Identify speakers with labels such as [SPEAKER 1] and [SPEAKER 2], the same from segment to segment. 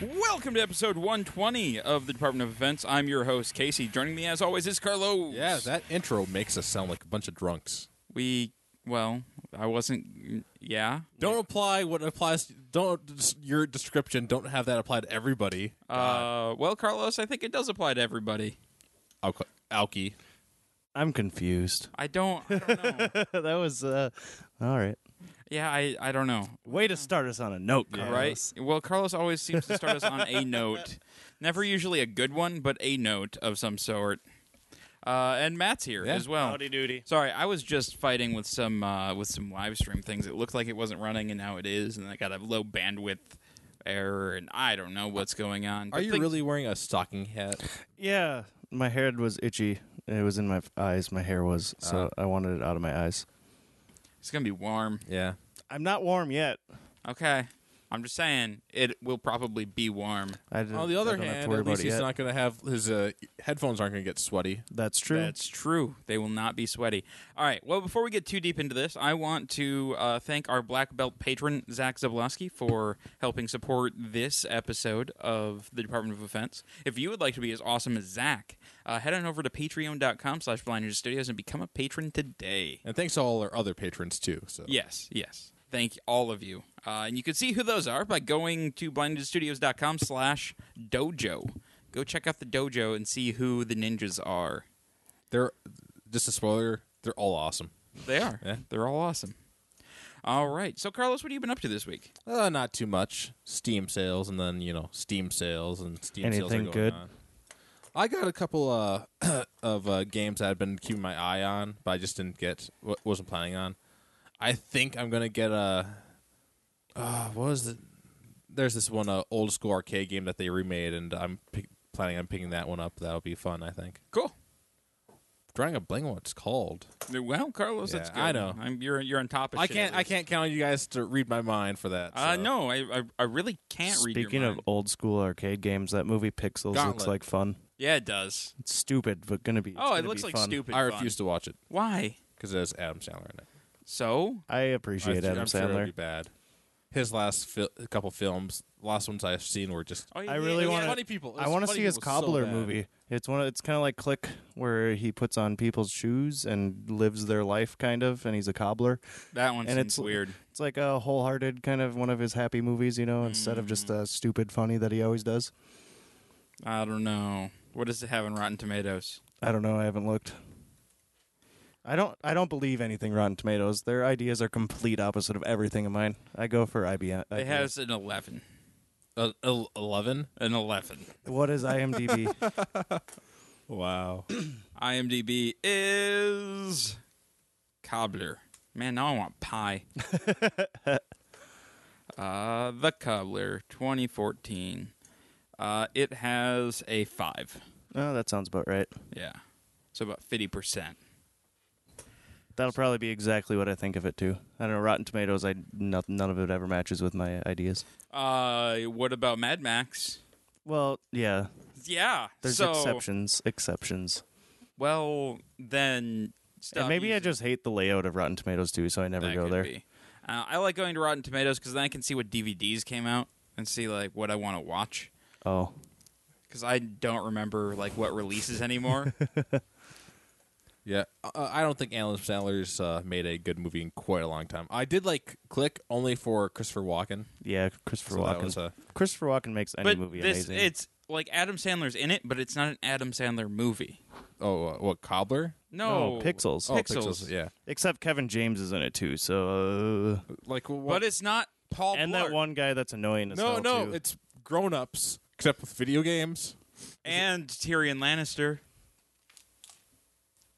[SPEAKER 1] Welcome to episode 120 of the Department of Defense. I'm your host, Casey. Joining me, as always, is Carlo.
[SPEAKER 2] Yeah, that intro makes us sound like a bunch of drunks.
[SPEAKER 1] We, well, I wasn't, yeah.
[SPEAKER 2] Don't apply what applies. Don't your description. Don't have that apply to everybody.
[SPEAKER 1] Uh, well, Carlos, I think it does apply to everybody.
[SPEAKER 2] Alki. Alki.
[SPEAKER 3] I'm confused.
[SPEAKER 1] I don't, I don't know.
[SPEAKER 3] that was uh, all right.
[SPEAKER 1] yeah, I, I don't know.
[SPEAKER 3] Way to start us on a note, Carlos.
[SPEAKER 1] Right? Well, Carlos always seems to start us on a note. Never usually a good one, but a note of some sort. Uh, and Matt's here
[SPEAKER 2] Yeah.
[SPEAKER 1] as well.
[SPEAKER 4] Howdy doody.
[SPEAKER 1] Sorry, I was just fighting with some uh, with some live stream things. It looked like it wasn't running, and now it is, and I got a low bandwidth error, and I don't know what's going on.
[SPEAKER 2] Are
[SPEAKER 1] But
[SPEAKER 2] you
[SPEAKER 1] things-
[SPEAKER 2] really wearing a stocking hat?
[SPEAKER 3] Yeah, my hair was itchy. It was in my f- eyes. My hair was so
[SPEAKER 2] Ah.
[SPEAKER 3] I wanted it out of my eyes.
[SPEAKER 1] It's gonna be warm.
[SPEAKER 2] Yeah.
[SPEAKER 3] I'm not warm yet.
[SPEAKER 1] Okay, I'm just saying it will probably be warm.
[SPEAKER 3] I didn't,
[SPEAKER 2] On the
[SPEAKER 3] I
[SPEAKER 2] other
[SPEAKER 3] don't have
[SPEAKER 2] hand,
[SPEAKER 3] to worry
[SPEAKER 2] at least
[SPEAKER 3] about it
[SPEAKER 2] he's
[SPEAKER 3] yet.
[SPEAKER 2] not going to have his uh, headphones aren't going to get sweaty.
[SPEAKER 3] That's true.
[SPEAKER 1] That's true. They will not be sweaty. All right. Well, before we get too deep into this, I want to uh, thank our black belt patron Zach Zablowski for helping support this episode of the Department of Defense. If you would like to be as awesome as Zach, uh, head on over to Patreon.com/slash Blind Ninja Studios and become a patron today.
[SPEAKER 2] And thanks to all our other patrons too. So
[SPEAKER 1] Yes, yes. Thank all of you. Uh, and you can see who those are by going to blindninjastudios.com slash dojo. Go check out the dojo and see who the ninjas are.
[SPEAKER 2] they're just a spoiler. They're all awesome.
[SPEAKER 1] They are.
[SPEAKER 2] Yeah.
[SPEAKER 1] They're all awesome. All right. So, Carlos, what have you been up to this week?
[SPEAKER 2] Uh, not too much. Steam sales, and then you know Steam sales and Steam sales. are going
[SPEAKER 3] Anything good?
[SPEAKER 2] on. I got a couple uh, of uh, games that I've been keeping my eye on, but I just didn't get. wa- Wasn't planning on. I think I'm gonna get a. Uh, what was it? There's this one uh, old school arcade game that they remade, and I'm pick, planning on picking that one up. That'll be fun, I think.
[SPEAKER 1] Cool.
[SPEAKER 2] Drawing a blank, what it's called.
[SPEAKER 1] Well, Carlos,
[SPEAKER 2] Yeah,
[SPEAKER 1] that's good.
[SPEAKER 2] I know.
[SPEAKER 1] I'm, you're you're on top of.
[SPEAKER 2] I
[SPEAKER 1] shit,
[SPEAKER 2] can't.
[SPEAKER 1] at
[SPEAKER 2] I
[SPEAKER 1] least.
[SPEAKER 2] can't count on you guys to read my mind for that.
[SPEAKER 1] Uh,
[SPEAKER 2] so.
[SPEAKER 1] no, I, I I really can't read. your
[SPEAKER 3] Speaking of
[SPEAKER 1] mind.
[SPEAKER 3] old school arcade games, that movie Pixels looks
[SPEAKER 2] Gauntlet.
[SPEAKER 3] like fun.
[SPEAKER 1] yeah, it does.
[SPEAKER 3] It's stupid, but gonna be. it's
[SPEAKER 1] Oh, it
[SPEAKER 3] gonna
[SPEAKER 1] looks
[SPEAKER 3] be
[SPEAKER 1] like
[SPEAKER 3] fun.
[SPEAKER 1] stupid.
[SPEAKER 2] I
[SPEAKER 1] fun.
[SPEAKER 2] refuse to watch it
[SPEAKER 1] Why?
[SPEAKER 2] because it has Adam Sandler in it.
[SPEAKER 1] So
[SPEAKER 3] I appreciate
[SPEAKER 2] I'm
[SPEAKER 3] Adam
[SPEAKER 2] sure it'll
[SPEAKER 3] Sandler.
[SPEAKER 2] be bad. His last fil- couple films, last ones I've seen were just.
[SPEAKER 1] Oh, yeah,
[SPEAKER 3] I really
[SPEAKER 1] yeah,
[SPEAKER 3] want
[SPEAKER 1] yeah.
[SPEAKER 2] funny people.
[SPEAKER 3] I want to see his cobbler
[SPEAKER 2] so bad.
[SPEAKER 3] movie. It's one. Of, it's kind of like Click, where he puts on people's shoes and lives their life, kind of, and he's a cobbler.
[SPEAKER 1] that one.
[SPEAKER 3] and
[SPEAKER 1] seems
[SPEAKER 3] it's
[SPEAKER 1] weird.
[SPEAKER 3] It's like a wholehearted kind of one of his happy movies, you know, instead of just
[SPEAKER 2] Mm.
[SPEAKER 3] a stupid funny that he always does.
[SPEAKER 1] I don't know. What does it have in Rotten Tomatoes?
[SPEAKER 3] I don't know. I haven't looked. I don't. I don't believe anything Rotten Tomatoes. Their ideas are complete opposite of everything of mine. I go for IBM.
[SPEAKER 1] It has an eleven.
[SPEAKER 2] Uh, el- Eleven.
[SPEAKER 1] An eleven.
[SPEAKER 3] What is IMDb?
[SPEAKER 2] Wow.
[SPEAKER 1] IMDb is cobbler. Man, now I want pie. uh, the cobbler, 2014. Uh, it has a five.
[SPEAKER 3] oh, that sounds about right.
[SPEAKER 1] Yeah, so about 50 percent.
[SPEAKER 3] That'll probably be exactly what I think of it too. I don't know. Rotten Tomatoes. I no, none of it ever matches with my ideas.
[SPEAKER 1] Uh, what about Mad Max?
[SPEAKER 3] Well, yeah.
[SPEAKER 1] Yeah,
[SPEAKER 3] There's
[SPEAKER 1] so,
[SPEAKER 3] exceptions. Exceptions.
[SPEAKER 1] Well, then stop
[SPEAKER 3] And maybe I
[SPEAKER 1] using-
[SPEAKER 3] just hate the layout of Rotten Tomatoes too, so I never
[SPEAKER 1] that
[SPEAKER 3] go
[SPEAKER 1] could
[SPEAKER 3] there.
[SPEAKER 1] be. Uh, I like going to Rotten Tomatoes because then I can see what DVDs came out and see like what I want to watch.
[SPEAKER 3] Oh,
[SPEAKER 1] because I don't remember like what releases anymore.
[SPEAKER 2] Yeah, uh, I don't think Adam Sandler's uh, made a good movie in quite a long time. I did like Click only for Christopher Walken.
[SPEAKER 3] yeah, Christopher
[SPEAKER 2] So that
[SPEAKER 3] Walken.
[SPEAKER 2] was a-
[SPEAKER 3] Christopher Walken makes any
[SPEAKER 1] but
[SPEAKER 3] movie
[SPEAKER 1] this,
[SPEAKER 3] amazing.
[SPEAKER 1] it's like Adam Sandler's in it, but it's not an Adam Sandler movie.
[SPEAKER 2] Oh, uh, what Cobbler?
[SPEAKER 1] No,
[SPEAKER 3] No, Pixels.
[SPEAKER 2] Oh,
[SPEAKER 1] Pixels.
[SPEAKER 2] Yeah,
[SPEAKER 3] Except Kevin James is in it too, so uh,
[SPEAKER 2] like what?
[SPEAKER 1] but it's not Paul.
[SPEAKER 3] and
[SPEAKER 1] Blart.
[SPEAKER 3] that one guy that's annoying. As
[SPEAKER 2] no,
[SPEAKER 3] hell,
[SPEAKER 2] no,
[SPEAKER 3] too.
[SPEAKER 2] it's grown ups except with video games.
[SPEAKER 1] and Tyrion Lannister,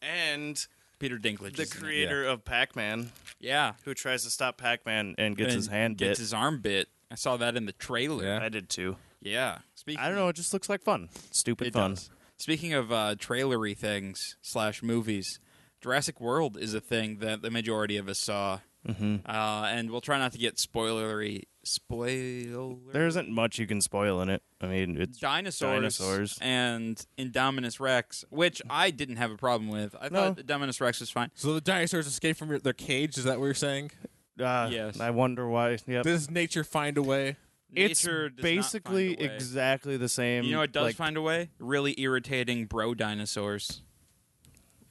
[SPEAKER 3] and
[SPEAKER 1] Peter Dinklage,
[SPEAKER 3] the
[SPEAKER 1] is in it.
[SPEAKER 3] creator of Pac-Man
[SPEAKER 1] yeah,
[SPEAKER 3] who tries to stop Pac-Man and gets
[SPEAKER 1] And
[SPEAKER 3] his hand
[SPEAKER 1] gets
[SPEAKER 3] bit.
[SPEAKER 1] his arm bit. I saw that in the trailer.
[SPEAKER 2] Yeah.
[SPEAKER 3] I did too.
[SPEAKER 1] Yeah. Speaking,
[SPEAKER 3] I don't know. It just looks like fun. Stupid
[SPEAKER 1] It
[SPEAKER 3] fun.
[SPEAKER 1] does. Speaking of uh, trailery things slash movies, Jurassic World is a thing that the majority of us saw, mm-hmm. uh, and we'll try not to get spoilery. Spoiler.
[SPEAKER 3] There isn't much you can spoil in it. I mean, it's
[SPEAKER 1] dinosaurs,
[SPEAKER 3] Dinosaurs.
[SPEAKER 1] and Indominus Rex, which I didn't have a problem with. I
[SPEAKER 3] No.
[SPEAKER 1] thought Indominus Rex was fine.
[SPEAKER 2] So the dinosaurs escaped from your, their cage. Is that what you're saying?
[SPEAKER 3] uh,
[SPEAKER 1] Yes.
[SPEAKER 3] I wonder why. Yep.
[SPEAKER 2] Does nature find a way?
[SPEAKER 3] it's
[SPEAKER 1] Nature does not find a
[SPEAKER 3] basically
[SPEAKER 1] way.
[SPEAKER 3] exactly the same.
[SPEAKER 1] You know, it does
[SPEAKER 3] like,
[SPEAKER 1] find a way. Really irritating bro dinosaurs.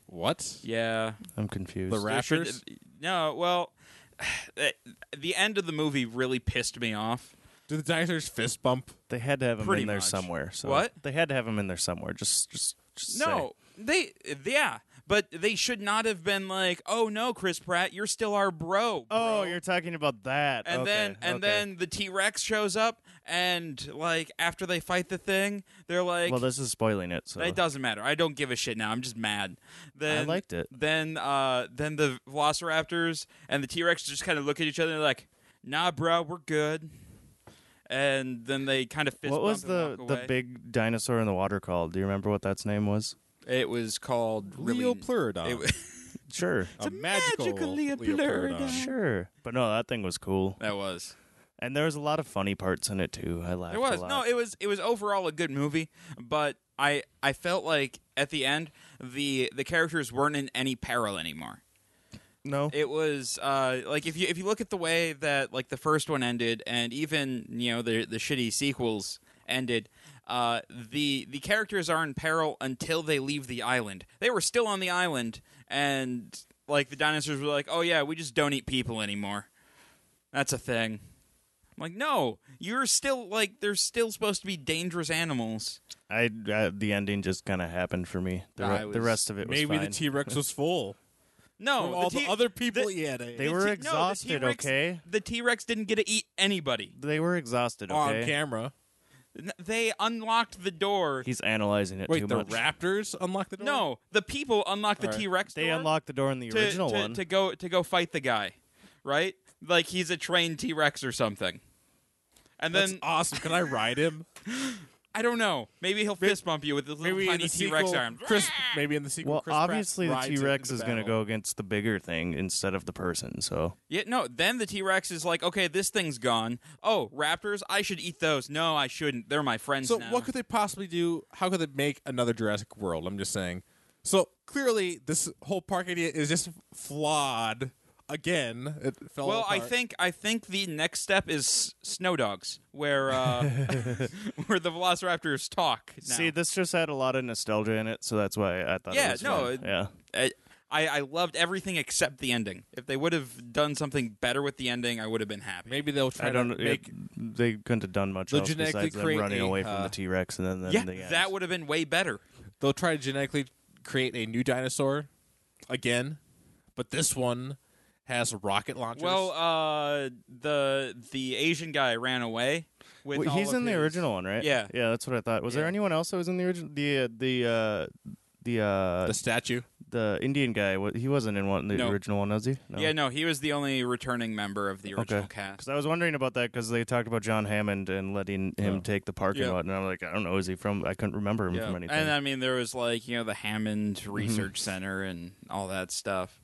[SPEAKER 2] What?
[SPEAKER 1] Yeah.
[SPEAKER 3] I'm confused.
[SPEAKER 2] The
[SPEAKER 1] There should-
[SPEAKER 2] raptors?
[SPEAKER 1] no, well, the end of the movie really pissed me off.
[SPEAKER 2] Do the dinosaurs fist bump?
[SPEAKER 3] They had to have him
[SPEAKER 1] Pretty
[SPEAKER 3] in there
[SPEAKER 1] much.
[SPEAKER 3] somewhere. So
[SPEAKER 1] What?
[SPEAKER 3] They had to have him in there somewhere. Just, just, just
[SPEAKER 1] No, they, yeah, but they should not have been like, oh no, Chris Pratt, you're still our bro. bro."
[SPEAKER 3] Oh, you're talking about that.
[SPEAKER 1] And
[SPEAKER 3] Okay,
[SPEAKER 1] then and
[SPEAKER 3] okay.
[SPEAKER 1] then the T Rex shows up, and like after they fight the thing, they're like,
[SPEAKER 3] well, this is spoiling it. So
[SPEAKER 1] It doesn't matter. I don't give a shit now. I'm just mad. Then,
[SPEAKER 3] liked it.
[SPEAKER 1] Then, uh, then the Velociraptors and the T Rex just kind of look at each other and they're like, "Nah, bro, we're good." And then they kind of fist
[SPEAKER 3] what was
[SPEAKER 1] bump and
[SPEAKER 3] the
[SPEAKER 1] walk
[SPEAKER 3] the
[SPEAKER 1] away.
[SPEAKER 3] big dinosaur in the water called? Do you remember what that's name was?
[SPEAKER 1] It was called really.
[SPEAKER 2] Leopleurodon.
[SPEAKER 1] it wa-
[SPEAKER 3] Sure,
[SPEAKER 2] a magical,
[SPEAKER 1] magical
[SPEAKER 2] Leopleurodon.
[SPEAKER 1] Leopleurodon.
[SPEAKER 3] Oh, sure. But no, that thing was cool,
[SPEAKER 1] that was.
[SPEAKER 3] and there was a lot of funny parts in it too. I laughed.
[SPEAKER 1] It was
[SPEAKER 3] a lot.
[SPEAKER 1] no. It was. It was overall a good movie, but I I felt like at the end the the characters weren't in any peril anymore.
[SPEAKER 3] no.
[SPEAKER 1] It was uh, like if you if you look at the way that like the first one ended, and even you know the the shitty sequels ended. Uh, the the characters are in peril until they leave the island. They were still on the island, and like the dinosaurs were like, "Oh yeah, we just don't eat people anymore. That's a thing." I'm like, "No, you're still like they're still supposed to be dangerous animals."
[SPEAKER 3] I, I the ending just kind of happened for me. The,
[SPEAKER 1] I
[SPEAKER 3] re-
[SPEAKER 1] was-
[SPEAKER 3] the rest of it was
[SPEAKER 2] Maybe the
[SPEAKER 3] fine.
[SPEAKER 2] T Rex was full.
[SPEAKER 1] No,
[SPEAKER 2] From all
[SPEAKER 1] T-
[SPEAKER 2] the other people he had ate.
[SPEAKER 3] they
[SPEAKER 1] the
[SPEAKER 3] were
[SPEAKER 1] T-
[SPEAKER 3] exhausted.
[SPEAKER 1] No, the T-Rex,
[SPEAKER 3] okay,
[SPEAKER 1] the T Rex didn't get to eat anybody.
[SPEAKER 3] they were exhausted.
[SPEAKER 2] on
[SPEAKER 3] Okay,
[SPEAKER 2] camera.
[SPEAKER 1] N- They unlocked the door.
[SPEAKER 3] he's analyzing it
[SPEAKER 2] Wait,
[SPEAKER 3] too
[SPEAKER 2] the
[SPEAKER 3] much.
[SPEAKER 2] raptors unlocked the door?
[SPEAKER 1] No, the people unlocked the
[SPEAKER 2] Alright.
[SPEAKER 1] T Rex.
[SPEAKER 3] they unlocked the door in the
[SPEAKER 1] to,
[SPEAKER 3] original
[SPEAKER 1] to-
[SPEAKER 3] one.
[SPEAKER 1] to go to go fight the guy, right? Like he's a trained T Rex or something. And
[SPEAKER 2] That's
[SPEAKER 1] then
[SPEAKER 2] awesome. Can I ride him?
[SPEAKER 1] I don't know. Maybe he'll fist bump you with his little
[SPEAKER 2] Maybe in
[SPEAKER 1] tiny
[SPEAKER 2] the
[SPEAKER 1] T Rex
[SPEAKER 2] sequel,
[SPEAKER 1] arm.
[SPEAKER 2] Chris, maybe in the sequel.
[SPEAKER 3] well,
[SPEAKER 2] Chris Pratt
[SPEAKER 3] obviously the
[SPEAKER 2] rides it
[SPEAKER 3] T Rex
[SPEAKER 2] into
[SPEAKER 3] is going to
[SPEAKER 2] battle.
[SPEAKER 3] go against the bigger thing instead of the person. So
[SPEAKER 1] Yeah, no. Then the T Rex is like, okay, this thing's gone. Oh, raptors! I should eat those. No, I shouldn't. They're my friends
[SPEAKER 2] So
[SPEAKER 1] now.
[SPEAKER 2] what could they possibly do? How could they make another Jurassic World? I'm just saying. So clearly, this whole park idea is just flawed. Again, it fell
[SPEAKER 1] well, I
[SPEAKER 2] apart.
[SPEAKER 1] think I think the next step is s- snow dogs, where uh, where the velociraptors talk. Now.
[SPEAKER 3] see, this just had a lot of nostalgia in it, so that's why I thought.
[SPEAKER 1] Yeah,
[SPEAKER 3] it was
[SPEAKER 1] no,
[SPEAKER 3] fun.
[SPEAKER 1] it-
[SPEAKER 3] yeah.
[SPEAKER 1] I, I I loved everything except the ending. If they would have done something better with the ending, I would have been happy.
[SPEAKER 2] maybe they'll try
[SPEAKER 3] I don't.
[SPEAKER 2] to
[SPEAKER 3] it-
[SPEAKER 2] make
[SPEAKER 3] they couldn't have done much
[SPEAKER 2] They'll
[SPEAKER 3] else
[SPEAKER 2] genetically
[SPEAKER 3] besides them
[SPEAKER 2] create
[SPEAKER 3] running
[SPEAKER 2] a,
[SPEAKER 3] away from
[SPEAKER 2] uh,
[SPEAKER 3] the T Rex and then, then
[SPEAKER 1] yeah,
[SPEAKER 3] the ants.
[SPEAKER 1] that would have been way better.
[SPEAKER 2] they'll try to genetically create a new dinosaur again, but this one has rocket launchers.
[SPEAKER 1] Well, uh, the the Asian guy ran away with.
[SPEAKER 3] Well,
[SPEAKER 1] all
[SPEAKER 3] he's
[SPEAKER 1] of
[SPEAKER 3] in the
[SPEAKER 1] his-
[SPEAKER 3] original one, right?
[SPEAKER 1] Yeah.
[SPEAKER 3] yeah, that's what I thought. Was there
[SPEAKER 1] Yeah.
[SPEAKER 3] anyone else that was in the original? The uh, the uh, the uh,
[SPEAKER 2] the
[SPEAKER 3] the,
[SPEAKER 2] statue.
[SPEAKER 3] Indian guy. wa- He wasn't in one the
[SPEAKER 1] No.
[SPEAKER 3] original one, was he? No.
[SPEAKER 1] Yeah, no, he was the only returning member of the original
[SPEAKER 3] Okay.
[SPEAKER 1] cast.
[SPEAKER 3] Because I was wondering about that because they talked about John Hammond and letting him
[SPEAKER 2] Yeah.
[SPEAKER 3] take the park
[SPEAKER 1] Oh. Yeah.
[SPEAKER 3] and whatnot. And I'm like, I don't know, is he from? I couldn't remember him
[SPEAKER 1] Yeah.
[SPEAKER 3] from anything. Mm-hmm.
[SPEAKER 1] And uh, I mean, there was like you know the Hammond Research Center and all that stuff,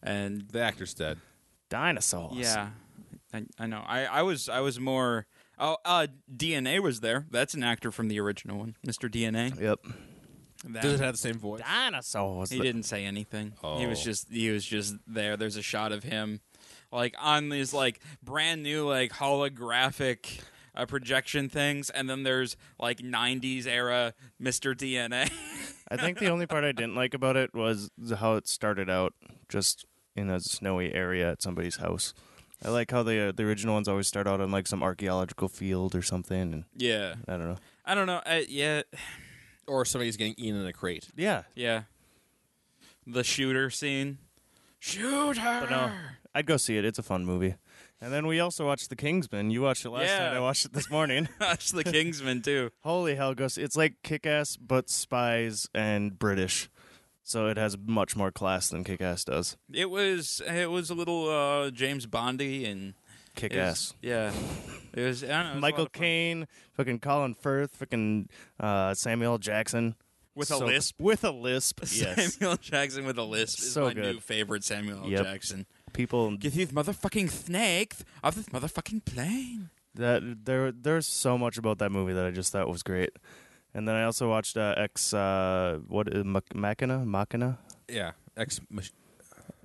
[SPEAKER 1] and
[SPEAKER 2] The actor's dead.
[SPEAKER 3] Dinosaurs.
[SPEAKER 1] yeah, I, I know. I, I was I was more. Oh, uh, DNA was there. That's an actor from the original one, Mr. DNA.
[SPEAKER 3] Yep.
[SPEAKER 1] That-
[SPEAKER 2] Does it have the same voice?
[SPEAKER 3] Dinosaurs.
[SPEAKER 1] He didn't say anything. He was
[SPEAKER 2] Oh.
[SPEAKER 1] just he was just there. There's a shot of him, like on these like brand new like holographic uh, projection things, and then there's like '90s era Mr. DNA.
[SPEAKER 3] I think the only part I didn't like about it was how it started out, just in a snowy area at somebody's house. I like how the uh, the original ones always start out on like some archaeological field or something, and
[SPEAKER 1] yeah,
[SPEAKER 3] I don't know.
[SPEAKER 1] I don't know. I, yeah,
[SPEAKER 2] Or somebody's getting eaten in a crate.
[SPEAKER 3] Yeah,
[SPEAKER 1] yeah. The shooter scene. Shoot her.
[SPEAKER 3] but no, I'd go see it. It's a fun movie. And then we also watched The Kingsman. You watched it last
[SPEAKER 1] Yeah.
[SPEAKER 3] night. I watched it this morning.
[SPEAKER 1] That's the Kingsman too.
[SPEAKER 3] Holy hell, Gus. It's like kick ass, but spies and British. So it has much more class than kick ass does.
[SPEAKER 1] It was it was a little uh, James Bondy and
[SPEAKER 3] Kick
[SPEAKER 1] it was-
[SPEAKER 3] ass.
[SPEAKER 1] Yeah, it was. I don't know, it was a lot
[SPEAKER 3] Michael
[SPEAKER 1] of fun.
[SPEAKER 3] Caine, fucking Colin Firth, fucking uh, Samuel L. Jackson.
[SPEAKER 1] with a
[SPEAKER 3] So-
[SPEAKER 1] lisp.
[SPEAKER 3] With a lisp, yes.
[SPEAKER 1] Samuel Jackson with a lisp is
[SPEAKER 3] So
[SPEAKER 1] my
[SPEAKER 3] good.
[SPEAKER 1] new favorite Samuel L.
[SPEAKER 3] Yep.
[SPEAKER 1] Jackson.
[SPEAKER 3] People
[SPEAKER 1] Get these motherfucking snakes off this motherfucking plane.
[SPEAKER 3] that there there's so much about that movie that I just thought was great. And then I also watched uh, X uh what is Mach- Machina? Machina?
[SPEAKER 2] Yeah, ex. Mach-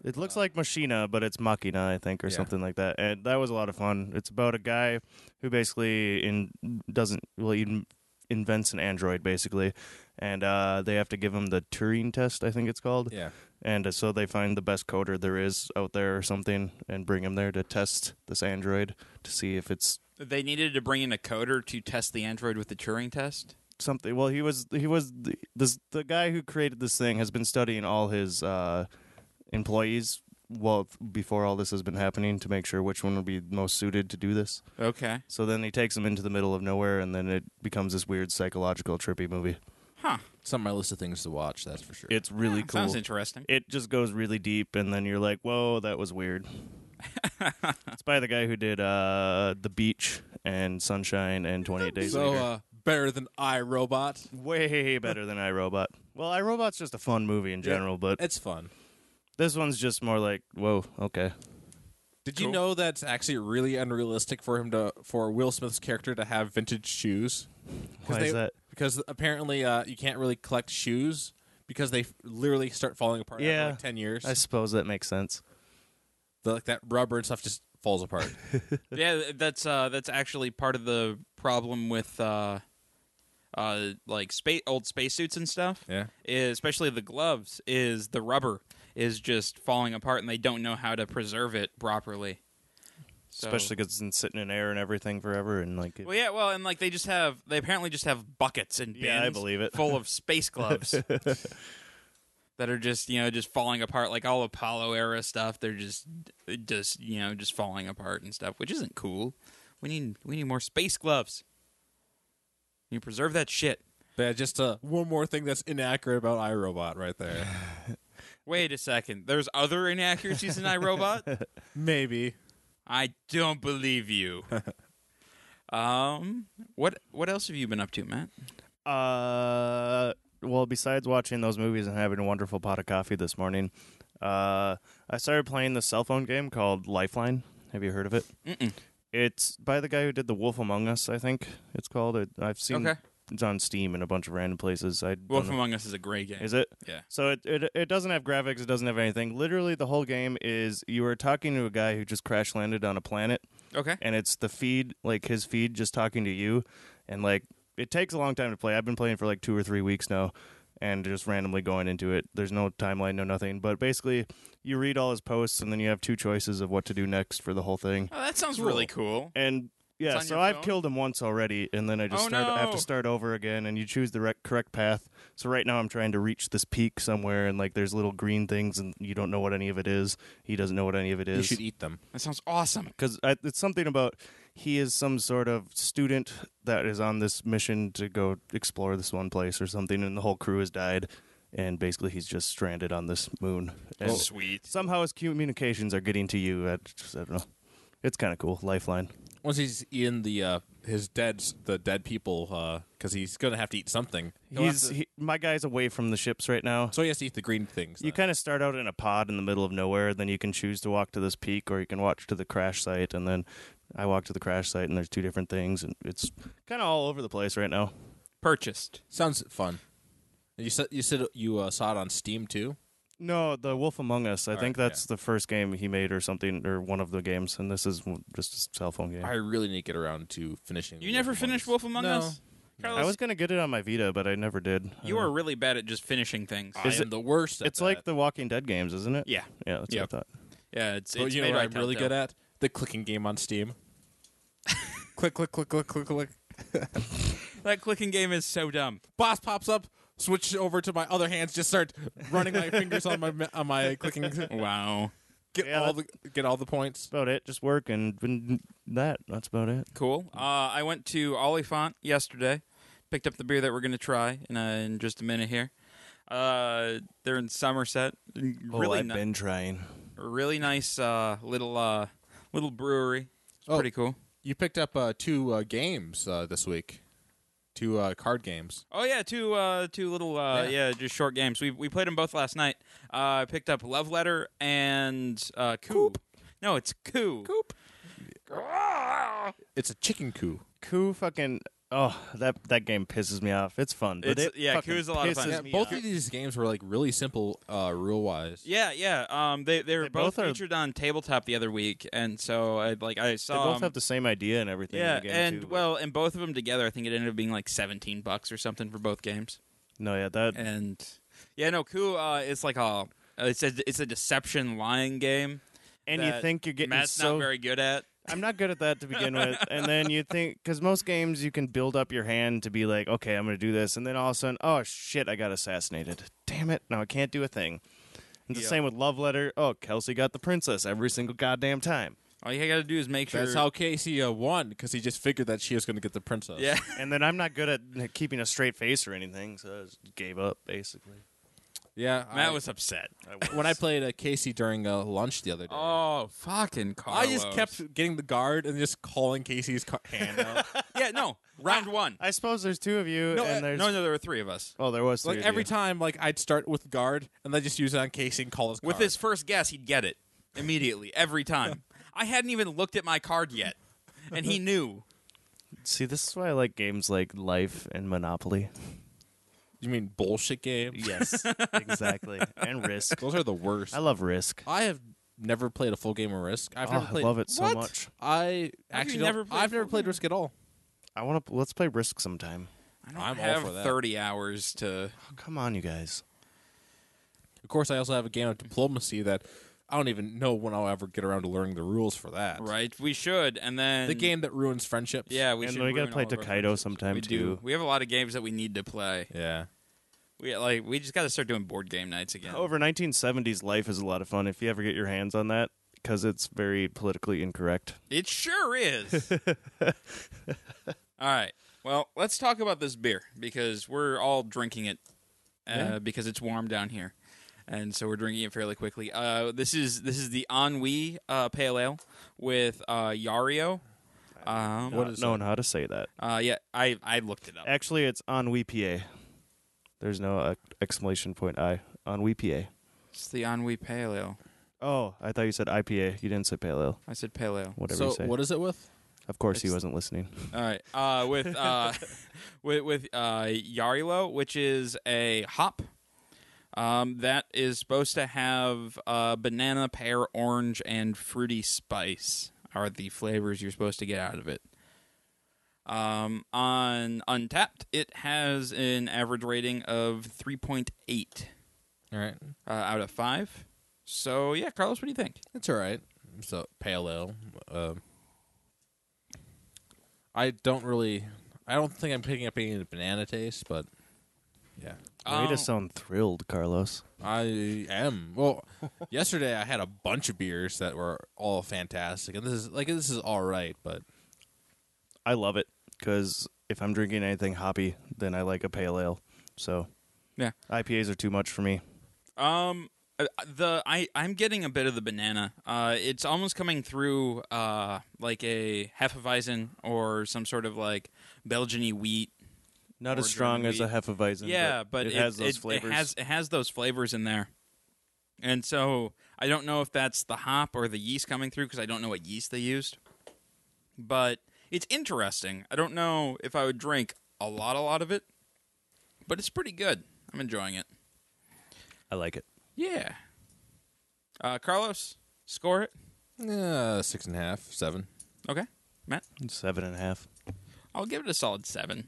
[SPEAKER 3] It looks
[SPEAKER 1] Uh.
[SPEAKER 3] like Machina, but it's Machina, I think, or
[SPEAKER 2] Yeah.
[SPEAKER 3] something like that. And that was a lot of fun. It's about a guy who basically in doesn't well he in- invents an android basically, and uh, they have to give him the Turing test, I think it's called.
[SPEAKER 2] Yeah,
[SPEAKER 3] And uh, so they find the best coder there is out there or something, and bring him there to test this android to see if it's
[SPEAKER 1] They needed to bring in a coder to test the android with the Turing test.
[SPEAKER 3] something. Well, he was he was the, this the guy who created this thing has been studying all his uh, employees well before all this has been happening to make sure which one would be most suited to do this.
[SPEAKER 1] Okay.
[SPEAKER 3] So then he takes them into the middle of nowhere, and then it becomes this weird psychological trippy movie.
[SPEAKER 1] Huh.
[SPEAKER 2] it's on my list of things to watch. That's for sure.
[SPEAKER 3] It's really
[SPEAKER 1] Huh,
[SPEAKER 3] cool.
[SPEAKER 1] Sounds interesting.
[SPEAKER 3] it just goes really deep, and then you're like, "Whoa, that was weird." it's by the guy who did uh, the beach and Sunshine and Twenty Eight Days
[SPEAKER 2] so
[SPEAKER 3] Later.
[SPEAKER 2] uh, better than I Robot.
[SPEAKER 3] Way better than iRobot. Well, iRobot's just a fun movie in general, but
[SPEAKER 2] It's fun.
[SPEAKER 3] this one's just more like, "Whoa, okay."
[SPEAKER 2] Did you know that's actually really unrealistic for him to for Will Smith's character to have vintage shoes? 'Cause
[SPEAKER 3] Why is that?
[SPEAKER 2] Because apparently uh, you can't really collect shoes because they f- literally start falling apart
[SPEAKER 3] Yeah.
[SPEAKER 2] after like ten years.
[SPEAKER 3] I suppose that makes sense.
[SPEAKER 2] The- like that rubber and stuff just falls apart.
[SPEAKER 1] yeah, th- that's uh, that's actually part of the problem with uh, uh, like spa- old spacesuits and stuff.
[SPEAKER 2] Yeah.
[SPEAKER 1] is- especially the gloves is the rubber is just falling apart, and they don't know how to preserve it properly. So,
[SPEAKER 3] Especially because it's been sitting in air and everything forever, and like, it-
[SPEAKER 1] Well, yeah, well, and like they just have they apparently just have buckets and bins
[SPEAKER 3] Yeah, I believe it.
[SPEAKER 1] full of space gloves that are just you know just falling apart like all Apollo era stuff. They're just just you know just falling apart and stuff, which isn't cool. We need we need more space gloves. You preserve that shit.
[SPEAKER 2] but yeah, just uh, one more thing that's inaccurate about iRobot right there.
[SPEAKER 1] Wait a second. There's other inaccuracies in iRobot.
[SPEAKER 2] Maybe.
[SPEAKER 1] I don't believe you. Um, what what else have you been up to, Matt?
[SPEAKER 3] Uh, well, besides watching those movies and having a wonderful pot of coffee this morning, uh, I started playing this cell phone game called Lifeline. Have you heard of it?
[SPEAKER 1] Mm-mm.
[SPEAKER 3] It's by the guy who did The Wolf Among Us, I think it's called. It, I've seen
[SPEAKER 1] Okay.
[SPEAKER 3] it's on Steam in a bunch of random places. I don't
[SPEAKER 1] Wolf
[SPEAKER 3] know-
[SPEAKER 1] Among Us is a great game.
[SPEAKER 3] Is it?
[SPEAKER 1] Yeah.
[SPEAKER 3] So it, it it doesn't have graphics. It doesn't have anything. Literally, the whole game is you are talking to a guy who just crash landed on a planet,
[SPEAKER 1] Okay.
[SPEAKER 3] and it's the feed like his feed just talking to you and like it takes a long time to play i've been playing for like two or three weeks now and just randomly going into it there's no timeline no nothing but basically you read all his posts and then you have two choices of what to do next for the whole thing
[SPEAKER 1] Oh, that sounds really cool.
[SPEAKER 3] and yeah
[SPEAKER 1] on
[SPEAKER 3] so
[SPEAKER 1] your
[SPEAKER 3] i've
[SPEAKER 1] phone?
[SPEAKER 3] killed him once already and then i just
[SPEAKER 1] Oh,
[SPEAKER 3] start I have
[SPEAKER 1] no.
[SPEAKER 3] to start over again and you choose the rec- correct path so right now i'm trying to reach this peak somewhere and like there's little green things and you don't know what any of it is he doesn't know what any of it is
[SPEAKER 2] You should eat them.
[SPEAKER 1] That sounds awesome.
[SPEAKER 3] because it's something about he is some sort of student that is on this mission to go explore this one place or something, and the whole crew has died, and basically he's just stranded on this moon. And
[SPEAKER 2] Oh.
[SPEAKER 1] Sweet.
[SPEAKER 3] somehow his communications are getting to you. I, just, I don't know. It's kind of cool. Lifeline.
[SPEAKER 2] Once he's eaten the uh, his dead the dead people because he's gonna have to eat something. He'll have
[SPEAKER 3] He's
[SPEAKER 2] to-
[SPEAKER 3] he, my guy's away from the ships right now.
[SPEAKER 2] so he has to eat the green things.
[SPEAKER 3] You
[SPEAKER 2] then.
[SPEAKER 3] kind of start out in a pod in the middle of nowhere, then you can choose to walk to this peak or you can watch to the crash site. And then I walk to the crash site, and there's two different things, and it's kind of all over the place right now.
[SPEAKER 1] Purchased.
[SPEAKER 2] sounds fun. And You said you said you uh, saw it on Steam too.
[SPEAKER 3] No, the Wolf Among Us. I
[SPEAKER 2] All
[SPEAKER 3] think
[SPEAKER 2] right,
[SPEAKER 3] that's the first game he made, or something, or one of the games. And this is w- just a cell phone game.
[SPEAKER 2] I
[SPEAKER 3] I,
[SPEAKER 2] really need to get around to finishing.
[SPEAKER 1] You never finished Wolf Among
[SPEAKER 2] No.
[SPEAKER 1] Us? Carlos,
[SPEAKER 3] was gonna get it on my Vita, but I never did.
[SPEAKER 1] you are really bad at just finishing things.
[SPEAKER 2] I am the worst. At
[SPEAKER 3] It's like
[SPEAKER 2] that.
[SPEAKER 3] the Walking Dead games, isn't it?
[SPEAKER 1] Yeah.
[SPEAKER 3] yeah. That's
[SPEAKER 1] Yeah.
[SPEAKER 3] what I thought.
[SPEAKER 1] Yeah, it's,
[SPEAKER 2] But
[SPEAKER 1] it's
[SPEAKER 2] you know
[SPEAKER 1] made
[SPEAKER 2] what
[SPEAKER 1] by
[SPEAKER 2] I'm really
[SPEAKER 1] Telltale.
[SPEAKER 2] good at the clicking game on Steam. click click click click click click.
[SPEAKER 1] That clicking game is so dumb.
[SPEAKER 2] Boss pops up. Switch over to my other hands. Just start running my fingers on my on my clicking.
[SPEAKER 1] Wow.
[SPEAKER 2] Get
[SPEAKER 3] Yeah,
[SPEAKER 2] all the get all the points.
[SPEAKER 3] That's about it. Just work and and that. That's about it.
[SPEAKER 1] Cool. Uh, I went to Olifant yesterday, picked up the beer that we're going to try in, uh, in just a minute here. Uh, they're in Somerset. Really, ni-
[SPEAKER 3] Oh, been trying.
[SPEAKER 1] really nice uh, little uh, little brewery. It's
[SPEAKER 2] Oh.
[SPEAKER 1] pretty cool.
[SPEAKER 2] You picked up uh, two uh, games uh, this week. two uh, card games.
[SPEAKER 1] Oh yeah, two uh, two little uh, yeah.
[SPEAKER 2] Yeah.
[SPEAKER 1] just short games. We we played them both last night. Uh, I picked up Love Letter and uh, Coop. No, it's Coo.
[SPEAKER 2] Coop. It's a chicken coup.
[SPEAKER 3] Coup fucking. Oh, that that game pisses me off. It's fun, but
[SPEAKER 1] It's-
[SPEAKER 3] it
[SPEAKER 1] yeah,
[SPEAKER 3] fucking
[SPEAKER 1] Coup's a lot of fun.
[SPEAKER 3] pisses
[SPEAKER 1] Yeah,
[SPEAKER 3] me
[SPEAKER 2] both
[SPEAKER 3] off.
[SPEAKER 2] of these games were like really simple uh, rule wise.
[SPEAKER 1] Yeah, yeah. Um, they they were
[SPEAKER 3] They
[SPEAKER 1] both,
[SPEAKER 3] both are-
[SPEAKER 1] featured on tabletop the other week, and so I like I
[SPEAKER 3] They
[SPEAKER 1] saw.
[SPEAKER 3] both
[SPEAKER 1] 'em.
[SPEAKER 3] have the same idea and everything. in
[SPEAKER 1] Um, yeah,
[SPEAKER 3] the game,
[SPEAKER 1] and
[SPEAKER 3] too, but-
[SPEAKER 1] well, and both of them together, I think it ended up being like seventeen bucks or something for both games.
[SPEAKER 3] no, yeah, that
[SPEAKER 1] And yeah, no, Coo uh, is like a it's a it's a deception lying game.
[SPEAKER 3] and you
[SPEAKER 1] that
[SPEAKER 3] think you're getting
[SPEAKER 1] Matt's
[SPEAKER 3] so
[SPEAKER 1] not very good at.
[SPEAKER 3] I'm not good at that to begin with. And then you think, because most games you can build up your hand to be like, okay, I'm going to do this. And then all of a sudden, oh shit, I got assassinated. Damn it. No, I can't do a thing. It's the
[SPEAKER 1] Yeah.
[SPEAKER 3] same with Love Letter. Oh, Kelsey got the princess every single goddamn time.
[SPEAKER 1] All you gotta do is make sure.
[SPEAKER 2] That's how Casey uh, won because he just figured that she was going to get the princess.
[SPEAKER 1] Yeah.
[SPEAKER 3] And then I'm not good at keeping a straight face or anything, so I just gave up, basically.
[SPEAKER 2] yeah.
[SPEAKER 1] Matt
[SPEAKER 2] I-
[SPEAKER 1] was upset.
[SPEAKER 2] when I played uh, Casey during uh, lunch the other day.
[SPEAKER 1] Oh, fucking Carlos.
[SPEAKER 2] I just kept getting the guard and just calling Casey's ca- hand out.
[SPEAKER 1] Yeah, no. Round one.
[SPEAKER 3] I suppose there's two of you,
[SPEAKER 2] No, uh,
[SPEAKER 3] and there's.
[SPEAKER 1] No, no, there were three of us.
[SPEAKER 3] Oh, there was three
[SPEAKER 2] like
[SPEAKER 3] of
[SPEAKER 2] every
[SPEAKER 3] you.
[SPEAKER 2] time, like I'd start with guard and then just use it on Casey and call his
[SPEAKER 1] With
[SPEAKER 2] guard.
[SPEAKER 1] his first guess, he'd get it immediately, every time. I hadn't even looked at my card yet, and he knew.
[SPEAKER 3] See, this is why I like games like Life and Monopoly.
[SPEAKER 2] You mean bullshit games?
[SPEAKER 3] Yes, exactly. And Risk.
[SPEAKER 2] Those are the worst.
[SPEAKER 3] I love Risk.
[SPEAKER 2] I have never played a full game of Risk. I've
[SPEAKER 3] Oh,
[SPEAKER 2] never
[SPEAKER 3] I
[SPEAKER 2] played.
[SPEAKER 3] love it so
[SPEAKER 1] What?
[SPEAKER 3] much.
[SPEAKER 2] I
[SPEAKER 1] Have you
[SPEAKER 2] actually don't-
[SPEAKER 1] never played
[SPEAKER 2] I've
[SPEAKER 1] a
[SPEAKER 2] never
[SPEAKER 1] full
[SPEAKER 2] played
[SPEAKER 1] game?
[SPEAKER 2] Risk at all.
[SPEAKER 3] I want to. Let's play Risk sometime.
[SPEAKER 1] I don't
[SPEAKER 2] I'm all
[SPEAKER 1] have
[SPEAKER 2] for that.
[SPEAKER 1] 30 hours to.
[SPEAKER 3] Oh, come on, you guys.
[SPEAKER 2] Of course, I also have a game of diplomacy that I don't even know when I'll ever get around to learning the rules for that.
[SPEAKER 1] Right? We should, and then.
[SPEAKER 2] The game that ruins friendships.
[SPEAKER 1] Yeah, we
[SPEAKER 3] and
[SPEAKER 1] should.
[SPEAKER 3] we gotta
[SPEAKER 1] ruin
[SPEAKER 3] play
[SPEAKER 1] all of our-
[SPEAKER 3] Takedo sometime
[SPEAKER 1] We
[SPEAKER 3] too.
[SPEAKER 1] do. We have a lot of games that we need to play.
[SPEAKER 2] Yeah. We,
[SPEAKER 1] We like we just gotta start doing board game nights again.
[SPEAKER 3] Over 1970s life is a lot of fun if you ever get your hands on that because it's very politically incorrect.
[SPEAKER 1] It sure is. all right. Well, let's talk about this beer because we're all drinking it uh, because it's warm down here, and so we're drinking it fairly quickly. Uh, this is this is the Ennui uh, Pale Ale with uh, Yario. Um,
[SPEAKER 3] Not knowing how to say that?
[SPEAKER 1] uh, yeah, I I looked it up.
[SPEAKER 3] Actually, it's on WPA. There's no uh, exclamation point I on WPA.
[SPEAKER 1] It's the Ennui Pale Ale.
[SPEAKER 3] Oh, I thought you said IPA. You didn't say pale ale.
[SPEAKER 1] I said Pale Ale.
[SPEAKER 3] Whatever
[SPEAKER 2] So
[SPEAKER 3] you say.
[SPEAKER 2] what is it with?
[SPEAKER 3] of course, he
[SPEAKER 1] it's-
[SPEAKER 3] wasn't listening.
[SPEAKER 1] All right. Uh, with uh, with with uh, Yarilo, which is a hop. Um, that is supposed to have uh, banana, pear, orange, and fruity spice are the flavors you're supposed to get out of it. Um, on Untapped, it has an average rating of 3.8
[SPEAKER 2] All right.
[SPEAKER 1] uh, out of 5. So, yeah, Carlos, what do you think?
[SPEAKER 2] It's all right. So pale ale. Um, I don't really. I don't think I'm picking up any of the banana taste, but yeah,
[SPEAKER 3] Way
[SPEAKER 1] Um,
[SPEAKER 3] to sound thrilled, Carlos.
[SPEAKER 2] I am. Well, yesterday I had a bunch of beers that were all fantastic, and this is like this is all right, but
[SPEAKER 3] I love it because if I'm drinking anything hoppy, then I like a pale ale. So
[SPEAKER 1] Yeah.
[SPEAKER 3] IPAs are too much for me.
[SPEAKER 1] Um, uh, the I I'm getting a bit of the banana. Uh, it's almost coming through, uh, like a hefeweizen or some sort of like Belgian wheat.
[SPEAKER 3] Not
[SPEAKER 1] Or
[SPEAKER 3] as strong
[SPEAKER 1] German
[SPEAKER 3] as a hefeweizen.
[SPEAKER 1] yeah, but
[SPEAKER 3] it, has those
[SPEAKER 1] it,
[SPEAKER 3] flavors.
[SPEAKER 1] It has it has those flavors in there, and so I don't know if that's the hop or the yeast coming through because I don't know what yeast they used. But it's interesting. I don't know if I would drink a lot, a lot of it, but it's pretty good. I'm enjoying it.
[SPEAKER 3] I like it.
[SPEAKER 1] Yeah. Uh, Carlos, score it.
[SPEAKER 2] uh, six and a half, seven.
[SPEAKER 1] Okay, Matt.
[SPEAKER 3] Seven and a half.
[SPEAKER 1] I'll give it a solid seven.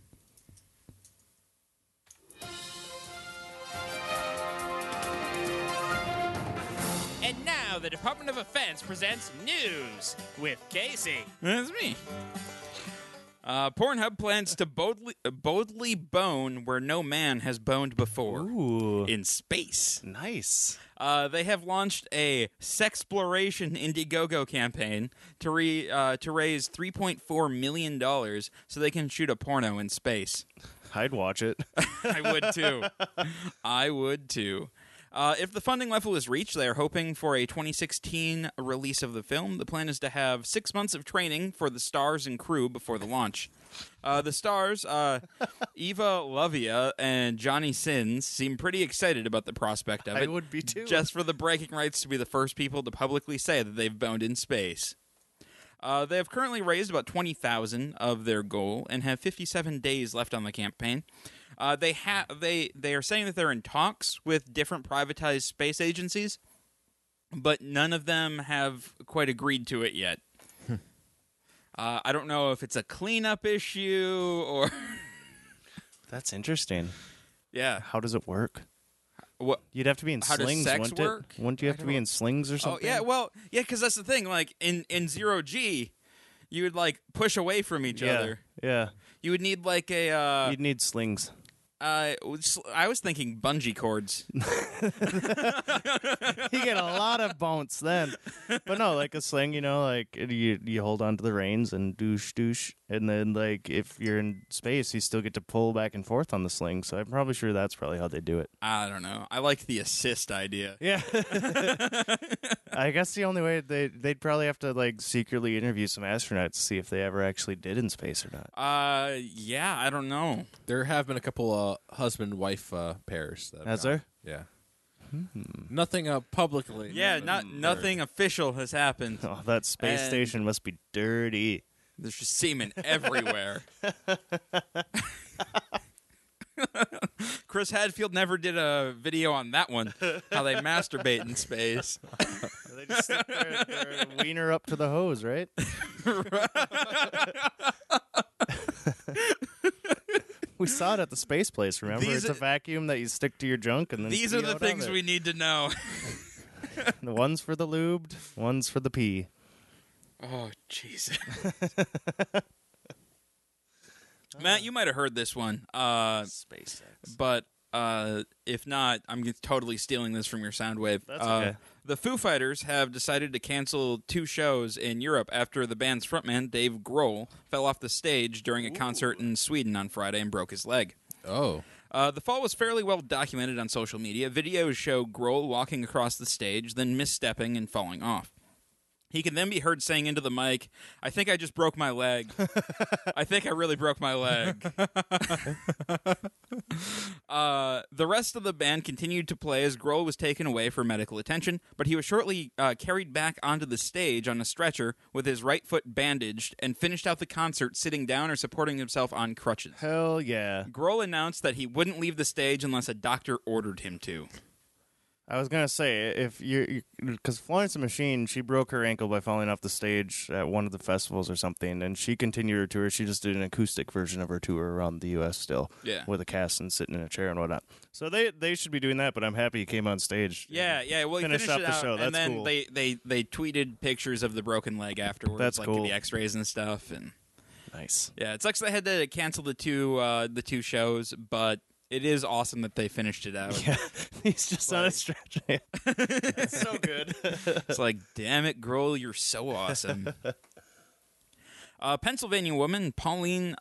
[SPEAKER 4] And now the Department of Defense presents news with Casey.
[SPEAKER 1] That's me. Uh, Pornhub plans to boldly, uh, boldly bone where no man has boned before
[SPEAKER 3] Ooh,
[SPEAKER 1] in space.
[SPEAKER 3] nice.
[SPEAKER 1] Uh, they have launched a sexploration Indiegogo campaign to re, uh, to raise 3.4 million dollars so they can shoot a porno in space.
[SPEAKER 3] I'd watch it.
[SPEAKER 1] I would too. I would too. Uh, if the funding level is reached, they are hoping for a 2016 release of the film. The plan is to have six months of training for the stars and crew before the launch. Uh, the stars, uh, Eva Lovia and Johnny Sins, seem pretty excited about the prospect of it.
[SPEAKER 3] I would be too.
[SPEAKER 1] Just for the breaking rights to be the first people to publicly say that they've boned in space. Uh, they have currently raised about 20,000 of their goal and have 57 days left on the campaign. Uh, they ha- they they are saying that they're in talks with different privatized space agencies, but none of them have quite agreed to it yet. uh, I don't know if it's a cleanup issue or
[SPEAKER 3] That's interesting.
[SPEAKER 1] yeah.
[SPEAKER 3] How does it work?
[SPEAKER 1] What
[SPEAKER 3] You'd have to be in
[SPEAKER 1] How does
[SPEAKER 3] slings,
[SPEAKER 1] sex
[SPEAKER 3] wouldn't
[SPEAKER 1] work?
[SPEAKER 3] it? Wouldn't you have to be in slings or
[SPEAKER 1] Oh
[SPEAKER 3] something?
[SPEAKER 1] yeah, well yeah, because that's the thing. Like in in zero G, you would like push away from each
[SPEAKER 3] yeah,
[SPEAKER 1] other.
[SPEAKER 3] yeah.
[SPEAKER 1] You would need like a uh,
[SPEAKER 3] You'd need slings.
[SPEAKER 1] uh sl- I was thinking bungee cords.
[SPEAKER 3] you get a lot of bounce then. But no, like a sling, you know, like you you hold on to the reins and douche douche, and then like if you're in space, you still get to pull back and forth on the sling. So I'm probably sure that's probably how they do it.
[SPEAKER 1] I don't know. I like the assist idea.
[SPEAKER 3] Yeah. I guess the only way they they'd probably have to like secretly interview some astronauts to see if they ever actually did in space or not.
[SPEAKER 1] Uh yeah, I don't know.
[SPEAKER 2] There have been a couple uh, husband wife uh, pairs. That have
[SPEAKER 3] Has
[SPEAKER 2] gone.
[SPEAKER 3] there?
[SPEAKER 2] Yeah. Nothing uh, publicly.
[SPEAKER 1] Yeah,
[SPEAKER 2] Nothing
[SPEAKER 1] not
[SPEAKER 2] there.
[SPEAKER 1] nothing official has happened.
[SPEAKER 3] Oh, that space
[SPEAKER 1] And-
[SPEAKER 3] station must be dirty.
[SPEAKER 1] There's just semen everywhere. Chris Hadfield never did a video on that one. How they masturbate in space.
[SPEAKER 3] They just stick their, their wiener up to the hose, right? we saw it at the space place. Remember,
[SPEAKER 1] These
[SPEAKER 3] it's a
[SPEAKER 1] are-
[SPEAKER 3] vacuum that you stick to your junk, and then
[SPEAKER 1] These
[SPEAKER 3] pee
[SPEAKER 1] are the
[SPEAKER 3] out of
[SPEAKER 1] things
[SPEAKER 3] it.
[SPEAKER 1] we need to know.
[SPEAKER 3] The ones for the lubed, ones for the pee.
[SPEAKER 1] Oh, Jesus. Matt, you might have heard this one, uh,
[SPEAKER 3] SpaceX.
[SPEAKER 1] but uh, if not, I'm g- totally stealing this from your sound wave.
[SPEAKER 3] That's
[SPEAKER 1] Uh,
[SPEAKER 3] okay.
[SPEAKER 1] The Foo Fighters have decided to cancel two shows in Europe after the band's frontman, Dave Grohl, fell off the stage during a concert in Sweden on Friday and broke his leg.
[SPEAKER 2] Oh.
[SPEAKER 1] Uh, the fall was fairly well documented on social media. Videos show Grohl walking across the stage, then misstepping and falling off. He can then be heard saying into the mic, I think I just broke my leg. I think I really broke my leg. uh, the rest of the band continued to play as Grohl was taken away for medical attention, but he was shortly uh, carried back onto the stage on a stretcher with his right foot bandaged and finished out the concert sitting down or supporting himself on crutches.
[SPEAKER 3] Hell yeah!
[SPEAKER 1] Grohl announced that he wouldn't leave the stage unless a doctor ordered him to.
[SPEAKER 3] I was gonna say if you because Florence the Machine, she broke her ankle by falling off the stage at one of the festivals or something, and she continued her tour. She just did an acoustic version of her tour around the U.S. still,
[SPEAKER 1] Yeah.
[SPEAKER 3] with a cast and sitting in a chair and whatnot. So they they should be doing that, but I'm happy he came on stage.
[SPEAKER 1] Yeah, yeah. Well, he
[SPEAKER 3] Finish
[SPEAKER 1] finished
[SPEAKER 3] up
[SPEAKER 1] it
[SPEAKER 3] the
[SPEAKER 1] out,
[SPEAKER 3] show.
[SPEAKER 1] and
[SPEAKER 3] That's
[SPEAKER 1] then
[SPEAKER 3] cool.
[SPEAKER 1] they, they they tweeted pictures of the broken leg afterwards,
[SPEAKER 3] That's
[SPEAKER 1] like
[SPEAKER 3] cool.
[SPEAKER 1] the X-rays and stuff. And
[SPEAKER 3] nice.
[SPEAKER 1] yeah, it sucks they had to cancel the two uh, the two shows, but it is awesome that they finished it out.
[SPEAKER 3] Yeah, he's just on a stretcher. it's so good.
[SPEAKER 1] It's like, damn it, girl, you're so awesome. A Pennsylvania woman, Pauline,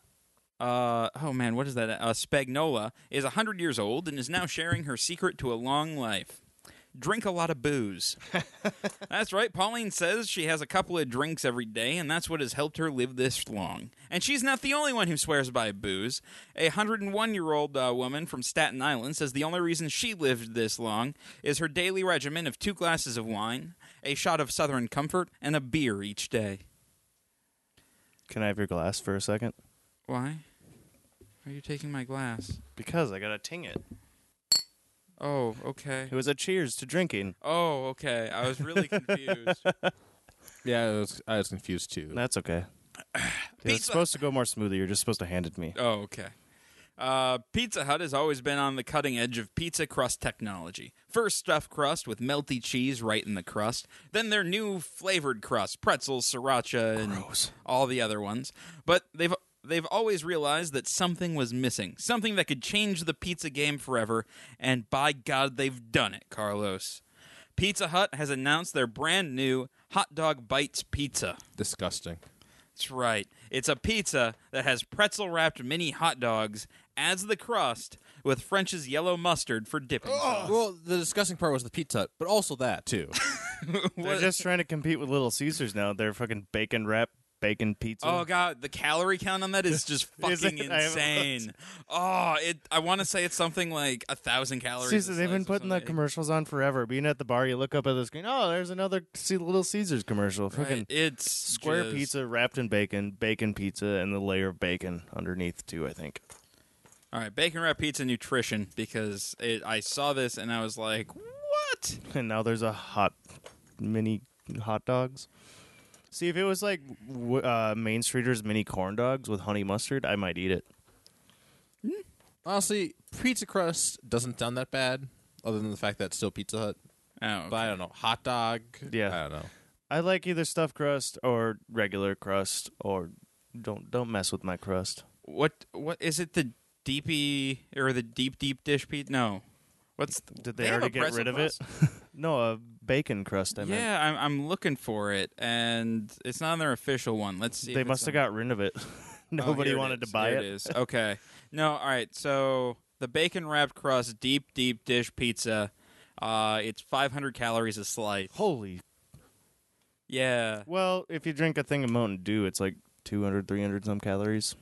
[SPEAKER 1] uh, oh man, what is that? Uh, Spagnola, is 100 years old and is now sharing her secret to a long life. Drink a lot of booze. that's right. Pauline says she has a couple of drinks every day, and that's what has helped her live this long. And she's not the only one who swears by booze. A 101 year old uh, woman from Staten Island says the only reason she lived this long is her daily regimen of two glasses of wine, a shot of Southern Comfort, and a beer each day.
[SPEAKER 3] Can I have your glass for a second?
[SPEAKER 1] Why? Are you taking my glass?
[SPEAKER 3] Because I gotta ting it.
[SPEAKER 1] Oh, okay.
[SPEAKER 3] It was a cheers to drinking.
[SPEAKER 1] Oh, okay. I was really confused.
[SPEAKER 2] Yeah, I was, I was confused too.
[SPEAKER 3] That's okay.
[SPEAKER 1] Pizza-
[SPEAKER 3] It's supposed to go more smoothly. You're just supposed to hand it to me.
[SPEAKER 1] oh, okay. Uh, pizza Hut has always been on the cutting edge of pizza crust technology. First, stuffed crust with melty cheese right in the crust. Then their new flavored crust, pretzels, sriracha, and all the other ones. But they've they've always realized that something was missing, something that could change the pizza game forever. And by God, they've done it, Carlos. Pizza Hut has announced their brand new hot dog bites pizza.
[SPEAKER 2] Disgusting.
[SPEAKER 1] That's right. It's a pizza that has pretzel wrapped mini hot dogs as the crust, with French's yellow mustard for dipping.
[SPEAKER 3] Oh.
[SPEAKER 1] sauce.
[SPEAKER 2] Well, the disgusting part was the pizza, but also that too.
[SPEAKER 3] They're just trying to compete with Little Caesars now. They're fucking bacon wrap, bacon pizza.
[SPEAKER 1] Oh god, the calorie count on that is just
[SPEAKER 3] Is
[SPEAKER 1] fucking
[SPEAKER 3] it? I haven't
[SPEAKER 1] insane. Oh, it. I want to say it's something like a thousand calories.
[SPEAKER 3] Caesar,
[SPEAKER 1] a
[SPEAKER 3] they've been
[SPEAKER 1] slice or
[SPEAKER 3] putting the
[SPEAKER 1] something.
[SPEAKER 3] commercials on forever. Being at the bar, you look up at the screen. Oh, there's another C- Little Caesars commercial. Fucking
[SPEAKER 1] Right, It's
[SPEAKER 3] square
[SPEAKER 1] just-
[SPEAKER 3] pizza wrapped in bacon, bacon pizza, and the layer of bacon underneath too. I think.
[SPEAKER 1] All right, bacon wrap pizza nutrition because it, I saw this and I was like, what?
[SPEAKER 3] And now there's a hot mini hot dogs. See, if it was like w- uh, Main Streeters mini corn dogs with honey mustard, I might eat it.
[SPEAKER 2] Honestly, pizza crust doesn't sound that bad, other than the fact that it's still Pizza Hut.
[SPEAKER 1] Oh,
[SPEAKER 2] But I don't know, hot dog.
[SPEAKER 3] Yeah.
[SPEAKER 2] I don't know.
[SPEAKER 3] I like either stuffed crust or regular crust, or don't don't mess with my crust.
[SPEAKER 1] what? What is it? The deepy or the deep deep dish pizza? No. What's
[SPEAKER 3] Did they,
[SPEAKER 1] have
[SPEAKER 3] already
[SPEAKER 1] a
[SPEAKER 3] get
[SPEAKER 1] pretzel
[SPEAKER 3] rid of
[SPEAKER 1] crust?
[SPEAKER 3] it? no, a bacon crust. I meant.
[SPEAKER 1] yeah, I'm, I'm looking for it, and it's not on their official one. Let's see.
[SPEAKER 3] They
[SPEAKER 1] if it's
[SPEAKER 3] must have
[SPEAKER 1] on-
[SPEAKER 3] got rid of it.
[SPEAKER 1] Oh,
[SPEAKER 3] Nobody
[SPEAKER 1] here it
[SPEAKER 3] wanted
[SPEAKER 1] is.
[SPEAKER 3] to buy
[SPEAKER 1] Here
[SPEAKER 3] it.
[SPEAKER 1] it is. Okay. No. All right. So the bacon wrapped crust, deep deep dish pizza. Uh, it's 500 calories a slice.
[SPEAKER 3] Holy.
[SPEAKER 1] Yeah.
[SPEAKER 3] Well, if you drink a thing of Mountain Dew, it's like 200, 300 some calories.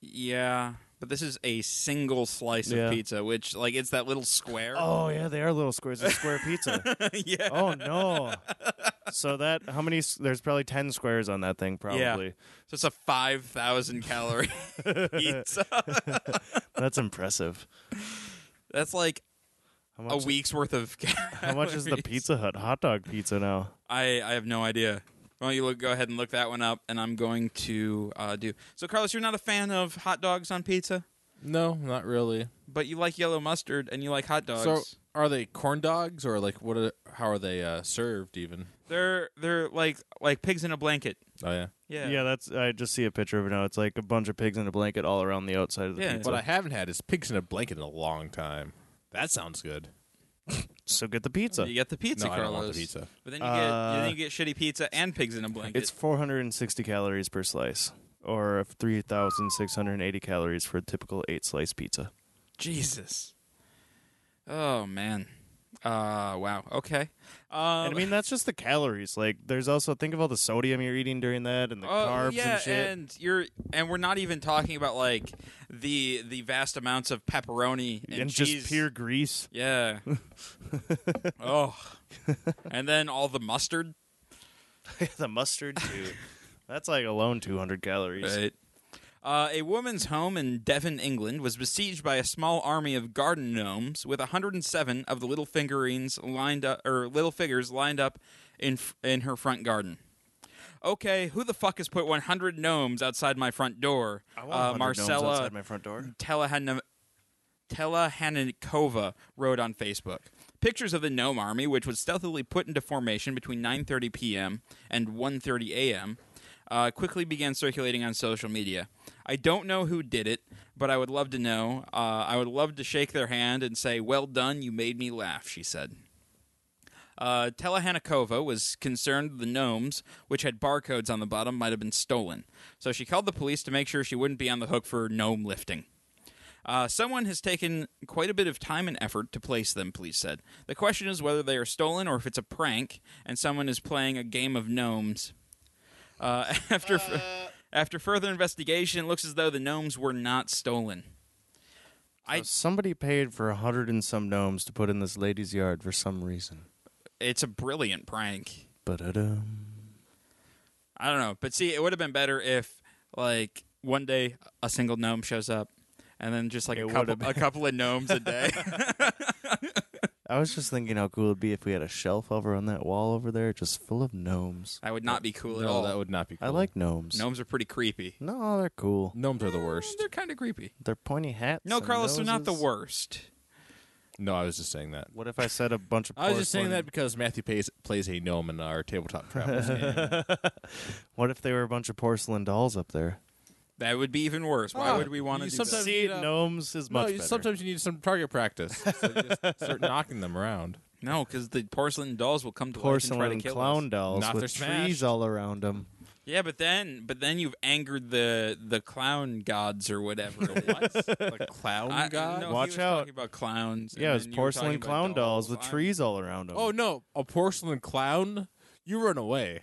[SPEAKER 1] Yeah. But this is a single slice
[SPEAKER 3] Yeah.
[SPEAKER 1] of pizza, which like it's that little square.
[SPEAKER 3] Oh yeah, they are little squares. It's square pizza.
[SPEAKER 1] yeah.
[SPEAKER 3] Oh no. So that how many? s- There's probably ten squares on that thing. Probably.
[SPEAKER 1] So it's a 5,000 calorie pizza.
[SPEAKER 3] That's impressive.
[SPEAKER 1] That's like
[SPEAKER 3] How
[SPEAKER 1] a
[SPEAKER 3] much?
[SPEAKER 1] week's worth of. Calories.
[SPEAKER 3] How much is the Pizza Hut hot dog pizza now?
[SPEAKER 1] I, I have no idea. Why don't you look, go ahead and look that one up, and I'm going to uh, do. So, Carlos, you're not a fan of hot dogs on pizza,
[SPEAKER 2] No, not really.
[SPEAKER 1] but you like yellow mustard and you like hot dogs.
[SPEAKER 2] So, are they corn dogs or like what? Are, how are they uh, served? Even.
[SPEAKER 1] they're they're like like pigs in a blanket.
[SPEAKER 2] Oh yeah.
[SPEAKER 1] Yeah.
[SPEAKER 3] Yeah, that's. I just see a picture of it now. It's like a bunch of pigs in a blanket all around the outside of the
[SPEAKER 1] Yeah.
[SPEAKER 3] pizza.
[SPEAKER 2] What I haven't had is pigs in a blanket in a long time. That sounds good.
[SPEAKER 3] So get the pizza.
[SPEAKER 1] You get the pizza,
[SPEAKER 2] No, I
[SPEAKER 1] Carlos.
[SPEAKER 2] don't want the pizza.
[SPEAKER 1] But then you get
[SPEAKER 3] Uh,
[SPEAKER 1] then you get shitty pizza and pigs in a blanket.
[SPEAKER 3] It's 460 calories per slice, or 3,680 calories for a typical eight slice pizza.
[SPEAKER 1] Jesus. Oh man. Uh wow. Okay. Um,
[SPEAKER 3] and I mean, that's just the calories. Like, there's also, think of all the sodium you're eating during that and the
[SPEAKER 1] Oh,
[SPEAKER 3] carbs
[SPEAKER 1] yeah,
[SPEAKER 3] and shit.
[SPEAKER 1] you're and we're not even talking about like the the vast amounts of pepperoni and,
[SPEAKER 3] And
[SPEAKER 1] cheese.
[SPEAKER 3] just pure grease.
[SPEAKER 1] yeah. oh, and then all the mustard.
[SPEAKER 3] the mustard, too. That's like alone 200 calories.
[SPEAKER 1] Uh, a woman's home in Devon, England, was besieged by a small army of garden gnomes, with 107 of the little figurines lined up, or little figures lined up in f- in her front garden. Okay, who the fuck has put 100 gnomes outside my front door?
[SPEAKER 3] I want
[SPEAKER 1] Uh,
[SPEAKER 3] 100 gnomes
[SPEAKER 1] Marcella
[SPEAKER 3] outside my front door.
[SPEAKER 1] Telehana- Telehanikova wrote on Facebook. Pictures of the gnome army, which was stealthily put into formation between 9:30 p.m. and 1:30 a.m., uh, quickly began circulating on social media. I don't know who did it, but I would love to know. Uh, I would love to shake their hand and say, "Well done, you made me laugh," she said. Uh, Telehanikova was concerned the gnomes, which had barcodes on the bottom, might have been stolen. So she called the police to make sure she wouldn't be on the hook for gnome lifting. Uh, someone has taken quite a bit of time and effort to place them, police said. The question is whether they are stolen or if it's a prank and someone is playing a game of gnomes. Uh, after, after further investigation, it looks as though the gnomes were not stolen. I-
[SPEAKER 3] Somebody paid for a 100 and some gnomes to put in this lady's yard for some reason.
[SPEAKER 1] It's a brilliant prank.
[SPEAKER 3] Ba-da-dum.
[SPEAKER 1] I don't know, but see, it would have been better if like one day a single gnome shows up, and then just like
[SPEAKER 3] It
[SPEAKER 1] a
[SPEAKER 3] would
[SPEAKER 1] couple,
[SPEAKER 3] have
[SPEAKER 1] a couple of gnomes a day.
[SPEAKER 3] I was just thinking how cool it'd be if we had a shelf over on that wall over there, just full of gnomes.
[SPEAKER 1] that would not be cool at
[SPEAKER 2] No,
[SPEAKER 1] all.
[SPEAKER 2] that would not be. Cool.
[SPEAKER 3] I like gnomes.
[SPEAKER 1] Gnomes are pretty creepy.
[SPEAKER 3] No, they're cool.
[SPEAKER 2] gnomes are the worst.
[SPEAKER 1] They're kind of creepy.
[SPEAKER 3] They're pointy hats.
[SPEAKER 1] No,
[SPEAKER 3] and
[SPEAKER 1] Carlos, they're not the
[SPEAKER 3] noses.
[SPEAKER 1] worst.
[SPEAKER 2] No, I was just saying that.
[SPEAKER 3] What if I said a bunch of?
[SPEAKER 2] I was just saying that
[SPEAKER 3] porcelain-
[SPEAKER 2] because Matthew plays, plays a gnome in our tabletop travels game.
[SPEAKER 3] What if they were a bunch of porcelain dolls up there?
[SPEAKER 1] That would be even worse. Why
[SPEAKER 3] Oh,
[SPEAKER 2] Ah,
[SPEAKER 1] would we want to
[SPEAKER 2] you
[SPEAKER 1] do
[SPEAKER 2] sometimes-
[SPEAKER 1] that?
[SPEAKER 3] See,
[SPEAKER 2] need, uh,
[SPEAKER 3] gnomes is
[SPEAKER 2] no,
[SPEAKER 3] much
[SPEAKER 2] you,
[SPEAKER 3] better.
[SPEAKER 2] sometimes you need some target practice. So you just start knocking them around.
[SPEAKER 1] No, because the porcelain dolls will come to life and try
[SPEAKER 3] porcelain
[SPEAKER 1] to kill
[SPEAKER 3] clown
[SPEAKER 1] us.
[SPEAKER 3] dolls
[SPEAKER 2] Not they're
[SPEAKER 3] with trees
[SPEAKER 2] smashed.
[SPEAKER 3] all around them.
[SPEAKER 1] Yeah, but then but then you've angered the the clown gods or whatever. what?
[SPEAKER 2] Like clown
[SPEAKER 1] I,
[SPEAKER 2] god?
[SPEAKER 1] no,
[SPEAKER 3] Watch
[SPEAKER 1] he was
[SPEAKER 3] out.
[SPEAKER 1] Talking about clowns.
[SPEAKER 3] Yeah,
[SPEAKER 1] and
[SPEAKER 3] it was
[SPEAKER 1] then you were
[SPEAKER 3] porcelain
[SPEAKER 1] talking about
[SPEAKER 3] clown dolls, with
[SPEAKER 1] I'm-
[SPEAKER 3] trees all around them.
[SPEAKER 2] Oh no, a porcelain clown? You run away.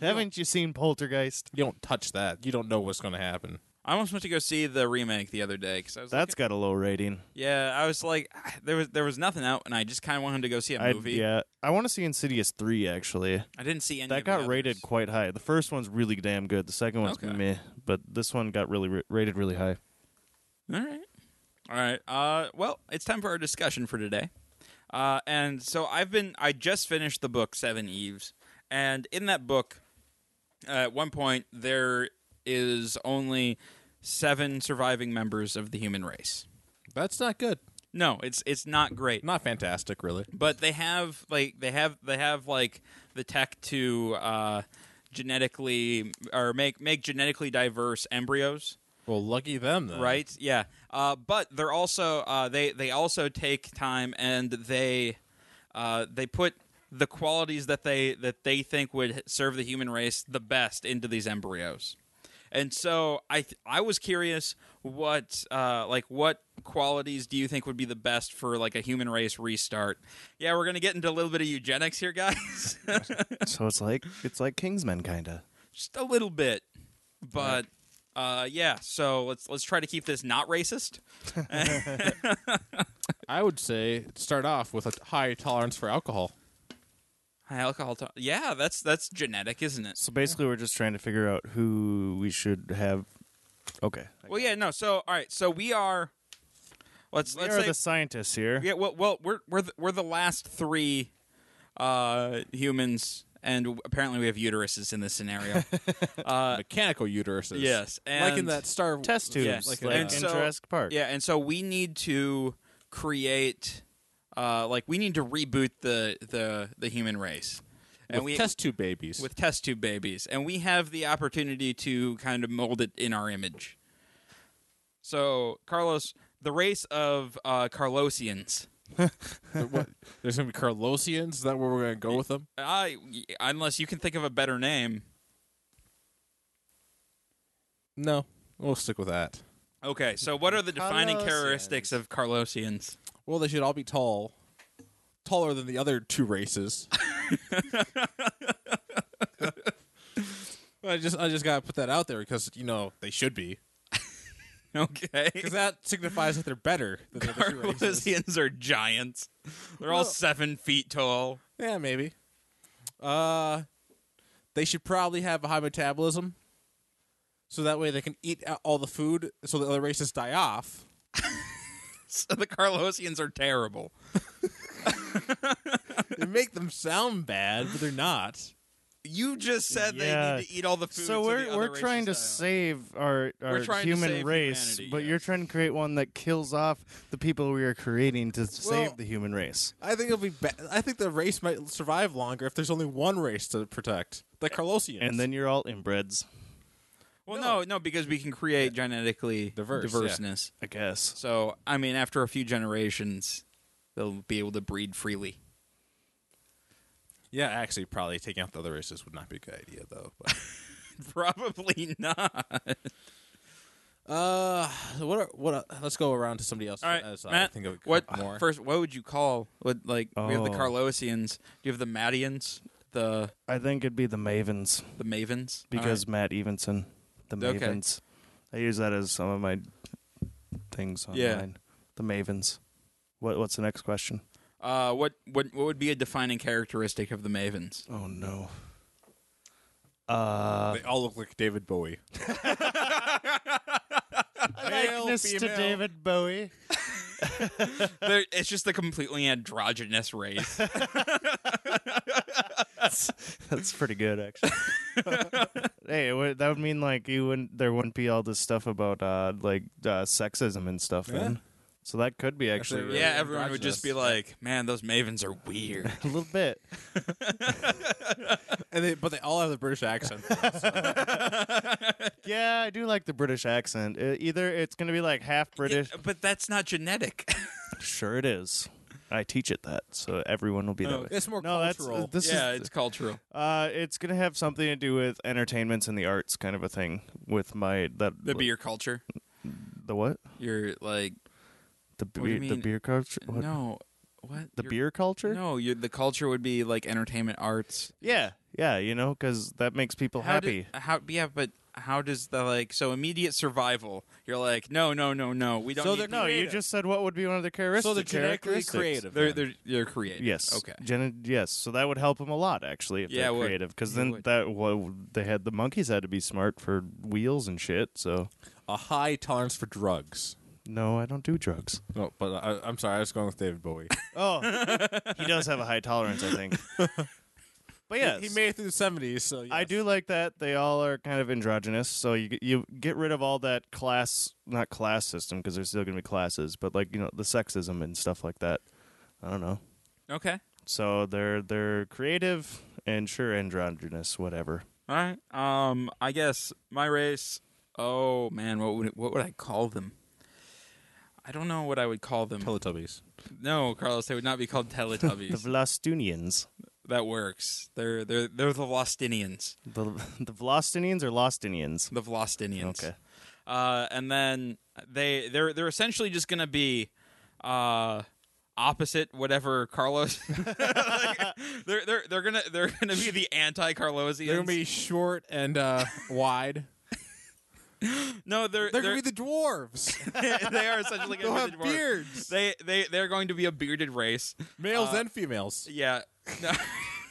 [SPEAKER 3] haven't you seen Poltergeist?
[SPEAKER 2] You don't touch that. You don't know what's going to happen.
[SPEAKER 1] I almost went to go see the remake the other day because I was.
[SPEAKER 3] That's
[SPEAKER 1] looking-
[SPEAKER 3] got a low rating.
[SPEAKER 1] yeah. I was like, ah, there was there was nothing out, and I just kind of wanted to go see a
[SPEAKER 3] I,
[SPEAKER 1] movie.
[SPEAKER 3] yeah, I want to see Insidious three actually.
[SPEAKER 1] I didn't see any.
[SPEAKER 3] That
[SPEAKER 1] of the
[SPEAKER 3] got
[SPEAKER 1] others.
[SPEAKER 3] rated quite high. The first one's really damn good. The second one's
[SPEAKER 1] Okay.
[SPEAKER 3] meh, but this one got really ra- rated really high.
[SPEAKER 1] All right. All right. Uh, well, it's time for our discussion for today. Uh, and so I've been, I just finished the book, Seven Eves. And in that book, uh, at one point, there is only seven surviving members of the human race.
[SPEAKER 2] That's not good.
[SPEAKER 1] No, it's it's not great.
[SPEAKER 2] Not fantastic, really.
[SPEAKER 1] but they have like they have they have like the tech to uh, genetically or make make genetically diverse embryos
[SPEAKER 2] Well, lucky them then.
[SPEAKER 1] right yeah uh, but they're also uh, they they also take time and they uh, they put the qualities that they that they think would serve the human race the best into these embryos and so i th- i was curious what uh, like what qualities do you think would be the best for like a human race restart yeah we're gonna get into a little bit of eugenics here guys
[SPEAKER 3] so it's like it's like Kingsman kinda.
[SPEAKER 1] just a little bit but uh, yeah so let's let's try to keep this not racist
[SPEAKER 2] I would say start off with a high tolerance for alcohol.
[SPEAKER 1] High alcohol. To- yeah, that's that's genetic, isn't it?
[SPEAKER 3] So basically, we're just trying to figure out who we should have. Okay,
[SPEAKER 1] Well, yeah, no. So, all right. So we are. Let's
[SPEAKER 3] we
[SPEAKER 1] let's
[SPEAKER 3] are
[SPEAKER 1] say.
[SPEAKER 3] the scientists here.
[SPEAKER 1] yeah. Well, well, we're we're the, we're the last three uh, humans, and apparently we have uteruses in this scenario.
[SPEAKER 2] Mechanical uteruses.
[SPEAKER 1] yes,
[SPEAKER 2] like in
[SPEAKER 1] and-
[SPEAKER 2] that Star
[SPEAKER 3] Test tubes,
[SPEAKER 1] Yes,
[SPEAKER 3] like,
[SPEAKER 2] like
[SPEAKER 3] in
[SPEAKER 1] and so-
[SPEAKER 3] Jurassic Park.
[SPEAKER 1] yeah, and so we need to create, uh, like we need to reboot the the the human race,
[SPEAKER 2] with
[SPEAKER 1] and we
[SPEAKER 2] test tube babies.
[SPEAKER 1] with test tube babies, and we have the opportunity to kind of mold it in our image. So, Carlos, the race of uh, Carlosians.
[SPEAKER 2] What- There's gonna be Carlosians. Is that where we're gonna go with them?
[SPEAKER 1] I, unless you can think of a better name.
[SPEAKER 2] No, we'll stick with that.
[SPEAKER 1] Okay, so what are the defining
[SPEAKER 3] Carlosians.
[SPEAKER 1] characteristics of Carlosians?
[SPEAKER 2] Well, they should all be tall, taller than the other two races. I just I just gotta put that out there because you know they should be
[SPEAKER 1] Okay.
[SPEAKER 2] because that signifies that they're better than the other two races.
[SPEAKER 1] Carlosians are giants. They're all
[SPEAKER 2] Well-
[SPEAKER 1] seven feet tall.
[SPEAKER 2] Yeah, maybe. Uh, they should probably have a high metabolism, so that way they can eat out all the food, so the other races die off.
[SPEAKER 1] So the Carlosians are terrible.
[SPEAKER 2] They make them sound bad, but they're not.
[SPEAKER 1] You just said they
[SPEAKER 3] Yeah.
[SPEAKER 1] need to eat all the food.
[SPEAKER 3] So
[SPEAKER 1] the
[SPEAKER 3] we're
[SPEAKER 1] other
[SPEAKER 3] we're trying to
[SPEAKER 1] races die off.
[SPEAKER 3] save our our
[SPEAKER 1] trying to
[SPEAKER 3] human
[SPEAKER 1] save
[SPEAKER 3] race,
[SPEAKER 1] humanity,
[SPEAKER 3] but you're
[SPEAKER 1] yes.
[SPEAKER 3] trying to create one that kills off the people we are creating to save the human race.
[SPEAKER 2] I think it'll be. Ba- I think the race might survive longer if there's only one race to protect, the Carlosians.
[SPEAKER 3] And then you're all inbreds,
[SPEAKER 1] Well, no. no, because we can create genetically
[SPEAKER 2] Diverse, yeah.
[SPEAKER 1] diverseness.
[SPEAKER 3] I guess.
[SPEAKER 1] So, I mean, after a few generations, they'll be able to breed freely.
[SPEAKER 2] yeah, actually, probably taking out the other races would not be a good idea, though. But.
[SPEAKER 1] Probably not.
[SPEAKER 2] uh, what? Are, what? Are, let's go around to somebody else.
[SPEAKER 1] All right,
[SPEAKER 2] as I
[SPEAKER 1] Matt.
[SPEAKER 2] think of uh,
[SPEAKER 1] what
[SPEAKER 2] more.
[SPEAKER 1] first? What would you call? What like we have the
[SPEAKER 3] Oh.
[SPEAKER 1] Carlosians? Do you have the Mattians? The
[SPEAKER 3] I think it'd be the Mavens
[SPEAKER 1] the Mavens? All
[SPEAKER 3] because Matt Evenson, the
[SPEAKER 1] Okay.
[SPEAKER 3] Mavens. I use that as some of my things online.
[SPEAKER 1] Yeah.
[SPEAKER 3] The Mavens. What what's the next question?
[SPEAKER 1] right. uh, what what what would be a defining characteristic of the Mavens?
[SPEAKER 3] Oh no. Uh,
[SPEAKER 2] they all look like David Bowie.
[SPEAKER 3] likeness to David Bowie.
[SPEAKER 1] They're- it's just a completely androgynous race.
[SPEAKER 3] That's pretty good, actually. hey, it would, that would mean like you wouldn't. There wouldn't be all this stuff about uh, like uh, sexism and stuff. Then, so that could be actually
[SPEAKER 2] Actually,
[SPEAKER 3] really-
[SPEAKER 1] yeah, everyone would just be
[SPEAKER 2] androgynous.
[SPEAKER 1] like, "Man, those Mavens are weird."
[SPEAKER 3] a little bit.
[SPEAKER 2] and they, but they all have the British accent.
[SPEAKER 3] Yeah, I do like the British accent. Uh, either it's gonna be like half British.
[SPEAKER 1] Yeah, but that's not genetic.
[SPEAKER 3] Sure, it is. I teach it that, so everyone will be
[SPEAKER 1] Oh,
[SPEAKER 3] that. way.
[SPEAKER 2] It's more
[SPEAKER 3] no,
[SPEAKER 2] cultural.
[SPEAKER 3] That's, this
[SPEAKER 1] yeah,
[SPEAKER 3] is,
[SPEAKER 1] it's cultural.
[SPEAKER 3] uh, it's gonna have something to do with entertainments and the arts, kind of a thing. With my that
[SPEAKER 1] That'd be your culture.
[SPEAKER 3] the what
[SPEAKER 1] You're like
[SPEAKER 3] the
[SPEAKER 1] do you
[SPEAKER 3] beer the
[SPEAKER 1] mean?
[SPEAKER 3] beer culture what?
[SPEAKER 1] no, what
[SPEAKER 3] the
[SPEAKER 1] Your-
[SPEAKER 3] beer culture
[SPEAKER 1] No, you're, the culture would be like entertainment arts.
[SPEAKER 3] yeah yeah you know because that makes people
[SPEAKER 1] How
[SPEAKER 3] happy.
[SPEAKER 1] do- how yeah, but how does the like so immediate survival? You're like no, no, no, no. We don't.
[SPEAKER 2] So
[SPEAKER 1] need
[SPEAKER 2] they're
[SPEAKER 1] to-
[SPEAKER 3] no, you just said what would be one of their characteristics.
[SPEAKER 2] so they're genetically
[SPEAKER 3] characteristics.
[SPEAKER 2] creative.
[SPEAKER 1] They're
[SPEAKER 2] then.
[SPEAKER 1] they're they're creative.
[SPEAKER 3] Yes.
[SPEAKER 1] Okay.
[SPEAKER 3] Gen- yes. So that would help them a lot, actually, if
[SPEAKER 1] Yeah, it
[SPEAKER 3] they're
[SPEAKER 1] would.
[SPEAKER 3] creative, because
[SPEAKER 1] It
[SPEAKER 3] then
[SPEAKER 1] would.
[SPEAKER 3] that well, they had the monkeys had to be smart for wheels and shit. So
[SPEAKER 2] a high tolerance for drugs.
[SPEAKER 3] no, I don't do drugs.
[SPEAKER 2] No, but I, I'm sorry. I was going with David Bowie.
[SPEAKER 3] Oh, he does have a high tolerance, I think. But yes,
[SPEAKER 2] he made it through the 70s. So
[SPEAKER 3] I
[SPEAKER 2] yes.
[SPEAKER 3] do like that they all are kind of androgynous. So you you get rid of all that class, not class system, because there's still gonna be classes, but like you know the sexism and stuff like that. I don't know.
[SPEAKER 1] Okay.
[SPEAKER 3] So they're they're creative and sure androgynous, whatever.
[SPEAKER 1] All right. Um, I guess my race. Oh man, what would what would I call them? I don't know what I would call them.
[SPEAKER 2] Teletubbies.
[SPEAKER 1] no, Carlos, they would not be called
[SPEAKER 3] The
[SPEAKER 1] Teletubbies.
[SPEAKER 3] Vlastunians.
[SPEAKER 1] that works. They're they're they're the Lostinians.
[SPEAKER 3] The the Vlastinians or Lostinians?
[SPEAKER 1] The Vlastinians.
[SPEAKER 3] Okay.
[SPEAKER 1] Uh, and then they they're they're essentially just gonna be uh opposite whatever Carlos Like, they're they're they're gonna they're gonna be the anti Carlosians.
[SPEAKER 2] They're gonna be short and uh, wide.
[SPEAKER 1] no they're
[SPEAKER 2] They're, gonna be the dwarves.
[SPEAKER 1] they are essentially
[SPEAKER 2] They'll
[SPEAKER 1] gonna be
[SPEAKER 2] have
[SPEAKER 1] the dwarves.
[SPEAKER 2] beards,
[SPEAKER 1] They uh, they they're going to be a bearded race.
[SPEAKER 2] males and females.
[SPEAKER 1] Yeah. No.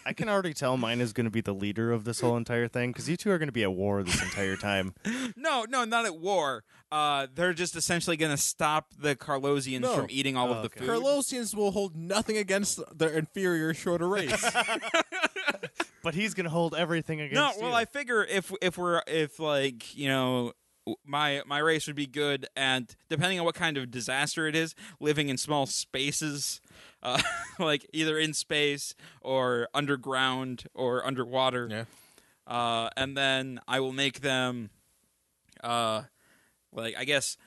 [SPEAKER 3] I can already tell mine is going to be the leader of this whole entire thing because you two are going to be at war this entire time.
[SPEAKER 1] no, no, not at war. Uh, they're just essentially going to stop the Carlosians
[SPEAKER 2] No.
[SPEAKER 1] from eating all of the food.
[SPEAKER 2] Carlosians will hold nothing against their inferior, shorter race.
[SPEAKER 3] But he's going to hold everything against
[SPEAKER 1] no,
[SPEAKER 3] you.
[SPEAKER 1] well, I figure if if we're if like you know w- my my race would be good and depending on what kind of disaster it is living in small spaces uh, like either in space or underground or underwater uh, and then I will make them, uh, like I guess,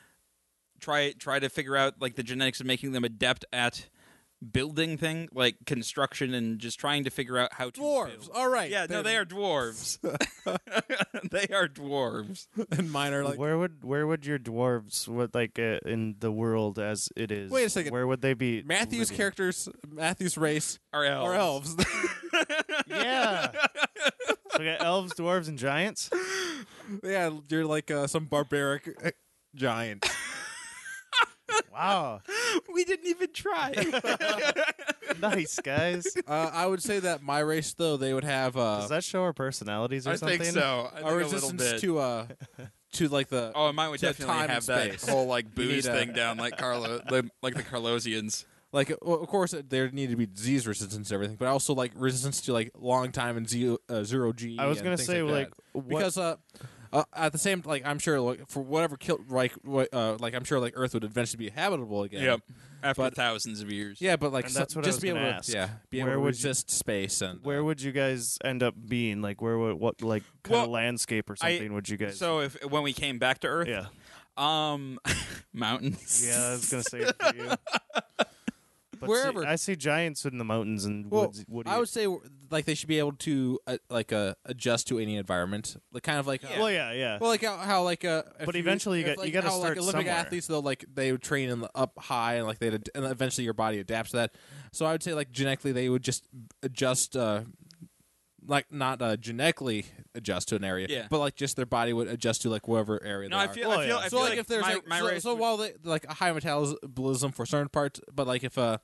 [SPEAKER 1] try try to figure out like the genetics of making them adept at building thing like construction and just trying to figure out how to
[SPEAKER 2] dwarves.
[SPEAKER 1] build.
[SPEAKER 2] All right.
[SPEAKER 1] Yeah, no, they are dwarves. they are dwarves.
[SPEAKER 2] And mine are like.
[SPEAKER 3] where would where would your dwarves what like uh, in the world as it is?
[SPEAKER 2] Wait a second.
[SPEAKER 3] Where would they be?
[SPEAKER 2] Matthew's
[SPEAKER 3] living?
[SPEAKER 2] characters, Matthew's race,
[SPEAKER 1] Are elves.
[SPEAKER 2] are elves.
[SPEAKER 3] Yeah. so we got elves, dwarves, and giants.
[SPEAKER 2] yeah, you're like uh, some barbaric uh, giant.
[SPEAKER 3] Wow,
[SPEAKER 1] We didn't even try.
[SPEAKER 3] nice guys.
[SPEAKER 2] uh, I would say that my race, though, they would have uh,
[SPEAKER 3] Does that show our personalities or
[SPEAKER 1] I
[SPEAKER 3] something?
[SPEAKER 1] think so. I think
[SPEAKER 2] a
[SPEAKER 1] a little
[SPEAKER 2] resistance
[SPEAKER 1] bit.
[SPEAKER 2] to uh, to like the
[SPEAKER 1] Oh, and mine would
[SPEAKER 2] to
[SPEAKER 1] definitely
[SPEAKER 2] time and
[SPEAKER 1] have that
[SPEAKER 2] space.
[SPEAKER 1] whole like booze
[SPEAKER 2] need a-
[SPEAKER 1] thing down, like Carlo, the, like the Carlosians.
[SPEAKER 2] like o- of course uh, there need to be disease resistance and everything but also like resistance to like long time and zero, uh, zero g
[SPEAKER 3] I was
[SPEAKER 2] and
[SPEAKER 3] gonna
[SPEAKER 2] things
[SPEAKER 3] say,
[SPEAKER 2] like,
[SPEAKER 3] like,
[SPEAKER 2] that.
[SPEAKER 3] what-
[SPEAKER 2] because uh, uh at the same like i'm sure like for whatever killed like what uh like i'm sure like earth would eventually be habitable again
[SPEAKER 1] After
[SPEAKER 2] But-
[SPEAKER 1] thousands of years.
[SPEAKER 2] yeah but like
[SPEAKER 3] And
[SPEAKER 2] so-
[SPEAKER 3] that's what I
[SPEAKER 2] just
[SPEAKER 3] was
[SPEAKER 2] be able
[SPEAKER 3] gonna
[SPEAKER 2] to
[SPEAKER 3] ask.
[SPEAKER 2] yeah be
[SPEAKER 3] Where
[SPEAKER 2] able to
[SPEAKER 3] would you-
[SPEAKER 2] resist space and
[SPEAKER 3] Where would you guys end up being? Like where would what like kind
[SPEAKER 1] Well,
[SPEAKER 3] of landscape or
[SPEAKER 1] I-
[SPEAKER 3] something would you guys?
[SPEAKER 1] So if when we came back to Earth,
[SPEAKER 3] yeah.
[SPEAKER 1] um, mountains.
[SPEAKER 3] Yeah, I was gonna say it for you. But see,
[SPEAKER 2] Wherever.
[SPEAKER 3] I see giants in the mountains and
[SPEAKER 2] well,
[SPEAKER 3] woods. Woody.
[SPEAKER 2] I would say like they should be able to uh, like uh, adjust to any environment, like kind of like uh,
[SPEAKER 3] Well, yeah, yeah.
[SPEAKER 2] Well, like how, how like uh, if
[SPEAKER 3] But
[SPEAKER 2] you-
[SPEAKER 3] eventually you
[SPEAKER 2] if,
[SPEAKER 3] got-
[SPEAKER 2] like,
[SPEAKER 3] you gotta
[SPEAKER 2] how, like,
[SPEAKER 3] start
[SPEAKER 2] Olympic
[SPEAKER 3] somewhere.
[SPEAKER 2] athletes though like they would train in the up high and like they would and eventually your body adapts to that. So I would say like genetically they would just adjust uh like not uh, genetically adjust to an area,
[SPEAKER 1] Yeah.
[SPEAKER 2] but like just their body would adjust to like whatever area.
[SPEAKER 1] No,
[SPEAKER 2] they
[SPEAKER 1] I
[SPEAKER 2] are.
[SPEAKER 1] feel.
[SPEAKER 3] Oh,
[SPEAKER 1] I feel.
[SPEAKER 3] yeah.
[SPEAKER 1] I
[SPEAKER 2] so
[SPEAKER 1] feel
[SPEAKER 2] like,
[SPEAKER 1] like
[SPEAKER 2] if there's
[SPEAKER 1] my,
[SPEAKER 2] like
[SPEAKER 1] my
[SPEAKER 2] so,
[SPEAKER 1] race
[SPEAKER 2] so
[SPEAKER 1] would-
[SPEAKER 2] while they like a high metabolism for certain parts, but like if uh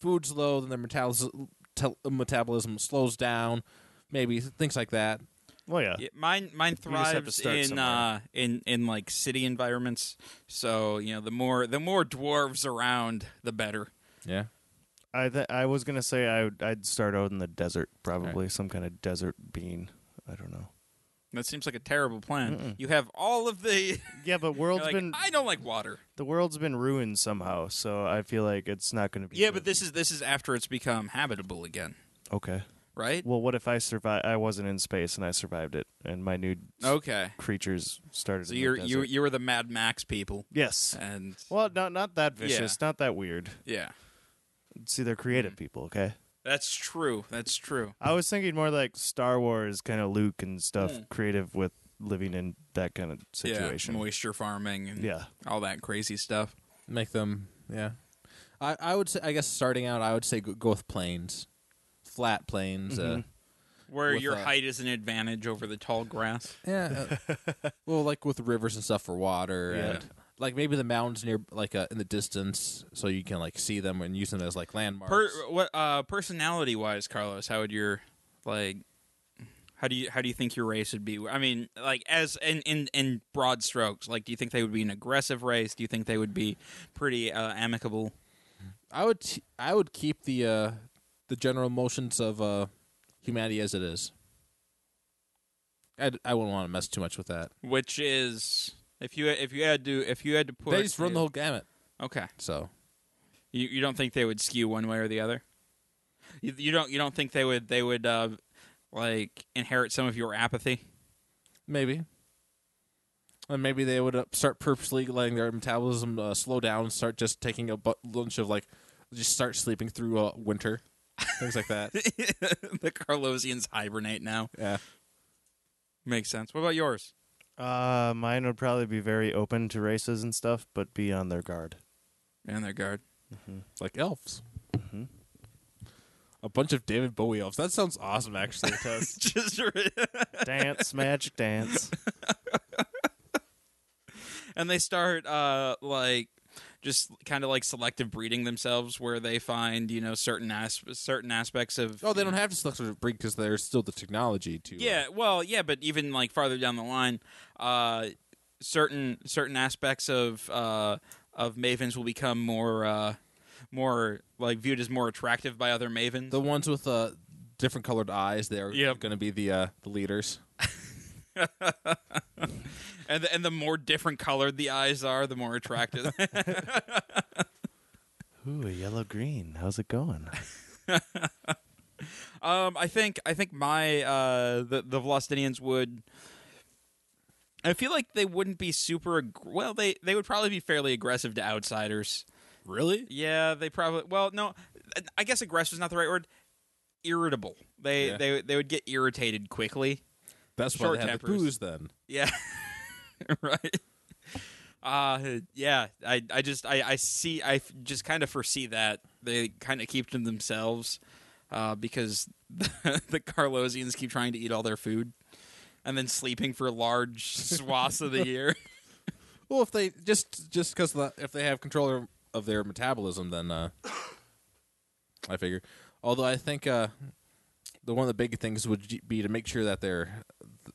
[SPEAKER 2] food's low, then their metabolism tel- metabolism slows down, maybe things like that.
[SPEAKER 3] well, yeah.
[SPEAKER 1] Yeah, mine mine
[SPEAKER 3] have to
[SPEAKER 1] thrives
[SPEAKER 3] start
[SPEAKER 1] in
[SPEAKER 3] somewhere.
[SPEAKER 1] uh in in like city environments. So you know the more the more dwarves around, the better.
[SPEAKER 2] Yeah.
[SPEAKER 3] I th- I was gonna say I would, I'd start out in the desert, probably some kind of desert being. I don't know.
[SPEAKER 1] That seems like a terrible plan. You have all of the.
[SPEAKER 3] Yeah, but
[SPEAKER 1] you're
[SPEAKER 3] world's
[SPEAKER 1] like, "Ah!"
[SPEAKER 3] been
[SPEAKER 1] I don't like water.
[SPEAKER 3] the world's been ruined somehow, so I feel like it's not gonna be.
[SPEAKER 1] Yeah, but
[SPEAKER 3] good.
[SPEAKER 1] this is this is after it's become habitable again,
[SPEAKER 3] okay.
[SPEAKER 1] right?
[SPEAKER 3] Well, what if I survive? I wasn't in space and I survived it, and my new s-
[SPEAKER 1] Okay.
[SPEAKER 3] creatures started.
[SPEAKER 1] Oh. So
[SPEAKER 3] in the
[SPEAKER 1] you're you
[SPEAKER 3] desert.
[SPEAKER 1] you were the Mad Max people,
[SPEAKER 3] yes.
[SPEAKER 1] and
[SPEAKER 3] Well, not not that vicious, not that weird.
[SPEAKER 1] yeah.
[SPEAKER 3] See, they're
[SPEAKER 1] Mm-hmm.
[SPEAKER 3] creative people, okay?
[SPEAKER 1] That's true. That's true.
[SPEAKER 3] I was thinking more like Star Wars, kind of Luke and stuff, creative with living in that kind of situation.
[SPEAKER 1] Mm. Yeah, moisture farming and
[SPEAKER 3] Yeah.
[SPEAKER 1] all that crazy stuff.
[SPEAKER 2] Make them, yeah. I, I would say, I guess starting out, I would say go, go with planes, flat planes. Uh,
[SPEAKER 1] Where
[SPEAKER 2] With
[SPEAKER 1] your
[SPEAKER 2] a-
[SPEAKER 1] height is an advantage over the tall grass.
[SPEAKER 2] yeah. uh, well, like with rivers and stuff for water,
[SPEAKER 3] Yeah.
[SPEAKER 2] and like maybe the mountains near, like uh, in the distance, so you can like see them and use them as like landmarks.
[SPEAKER 1] Per, what uh, personality wise, Carlos? How would your like? How do you how do you think your race would be? I mean, like as in in, in broad strokes, like do you think they would be an aggressive race? Do you think they would be pretty uh, amicable?
[SPEAKER 2] I would t- I would keep the uh, the general motions of uh, humanity as it is. I'd, I wouldn't want to mess too much with that.
[SPEAKER 1] Which is if you if you had to if you had to put
[SPEAKER 2] they just run the whole gamut.
[SPEAKER 1] okay.
[SPEAKER 2] So
[SPEAKER 1] You you don't think they would skew one way or the other? You, you don't you don't think they would they would uh, like inherit some of your apathy?
[SPEAKER 2] maybe, and maybe they would uh, start purposely letting their metabolism uh, slow down and start just taking a bu- bunch of like, just start sleeping through uh, winter, things like that.
[SPEAKER 1] the Carlosians hibernate now.
[SPEAKER 2] Yeah,
[SPEAKER 1] Makes sense. What about yours?
[SPEAKER 3] Uh, mine would probably be very open to races and stuff, but be on their guard.
[SPEAKER 1] And their guard.
[SPEAKER 2] like elves.
[SPEAKER 1] Mm-hmm.
[SPEAKER 2] A bunch of David Bowie elves. That sounds awesome, actually.
[SPEAKER 1] Just
[SPEAKER 3] Dance, magic dance.
[SPEAKER 1] and they start uh like just kind of like selective breeding themselves where they find, you know, certain as- certain aspects of
[SPEAKER 2] Oh, they don't have to select sort of breed because there's still the technology to. uh,
[SPEAKER 1] Yeah, well, yeah, but even like farther down the line, uh certain certain aspects of uh of mavens will become more uh more like viewed as more attractive by other mavens.
[SPEAKER 2] the ones with uh, different colored eyes, they're
[SPEAKER 1] Yep.
[SPEAKER 2] going to be the uh, the leaders.
[SPEAKER 1] And the, and the more different colored the eyes are, the more attractive.
[SPEAKER 3] Ooh, yellow green. How's it going?
[SPEAKER 1] Um, I think I think my uh, the the Vlastinians would. I feel like they wouldn't be super. Ag- well, they they would probably be fairly aggressive to outsiders.
[SPEAKER 2] Really?
[SPEAKER 1] Yeah, they probably. Well, no, I guess aggressive is not the right word. Irritable. They
[SPEAKER 2] Yeah.
[SPEAKER 1] they they would get irritated quickly.
[SPEAKER 2] That's why
[SPEAKER 1] Short
[SPEAKER 2] they have the
[SPEAKER 1] tempers.
[SPEAKER 2] booze then.
[SPEAKER 1] Yeah. right. Uh yeah, I I just I I see I f- just kind of foresee that they kind of keep to themselves uh because the, the Carlosians keep trying to eat all their food and then sleeping for large swaths of the year.
[SPEAKER 2] Well, if they just just because if they have control of their metabolism, then uh, I figure. Although I think uh, the one of the big things would j- be to make sure that they're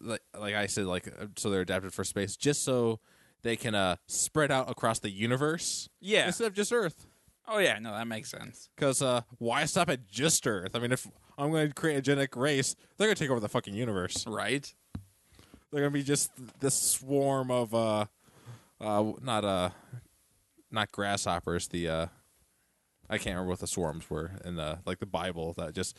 [SPEAKER 2] like, like I said, like uh, so they're adapted for space, just so they can uh, spread out across the universe.
[SPEAKER 1] Yeah.
[SPEAKER 2] instead of just Earth.
[SPEAKER 1] Oh yeah, no, that makes sense.
[SPEAKER 2] Because uh, why stop at just Earth? I mean, if I'm going to create a genetic race, they're going to take over the fucking universe.
[SPEAKER 1] Right?
[SPEAKER 2] They're going to be just this swarm of uh, uh, not uh, not grasshoppers. The uh, I can't remember what the swarms were in the like the Bible that just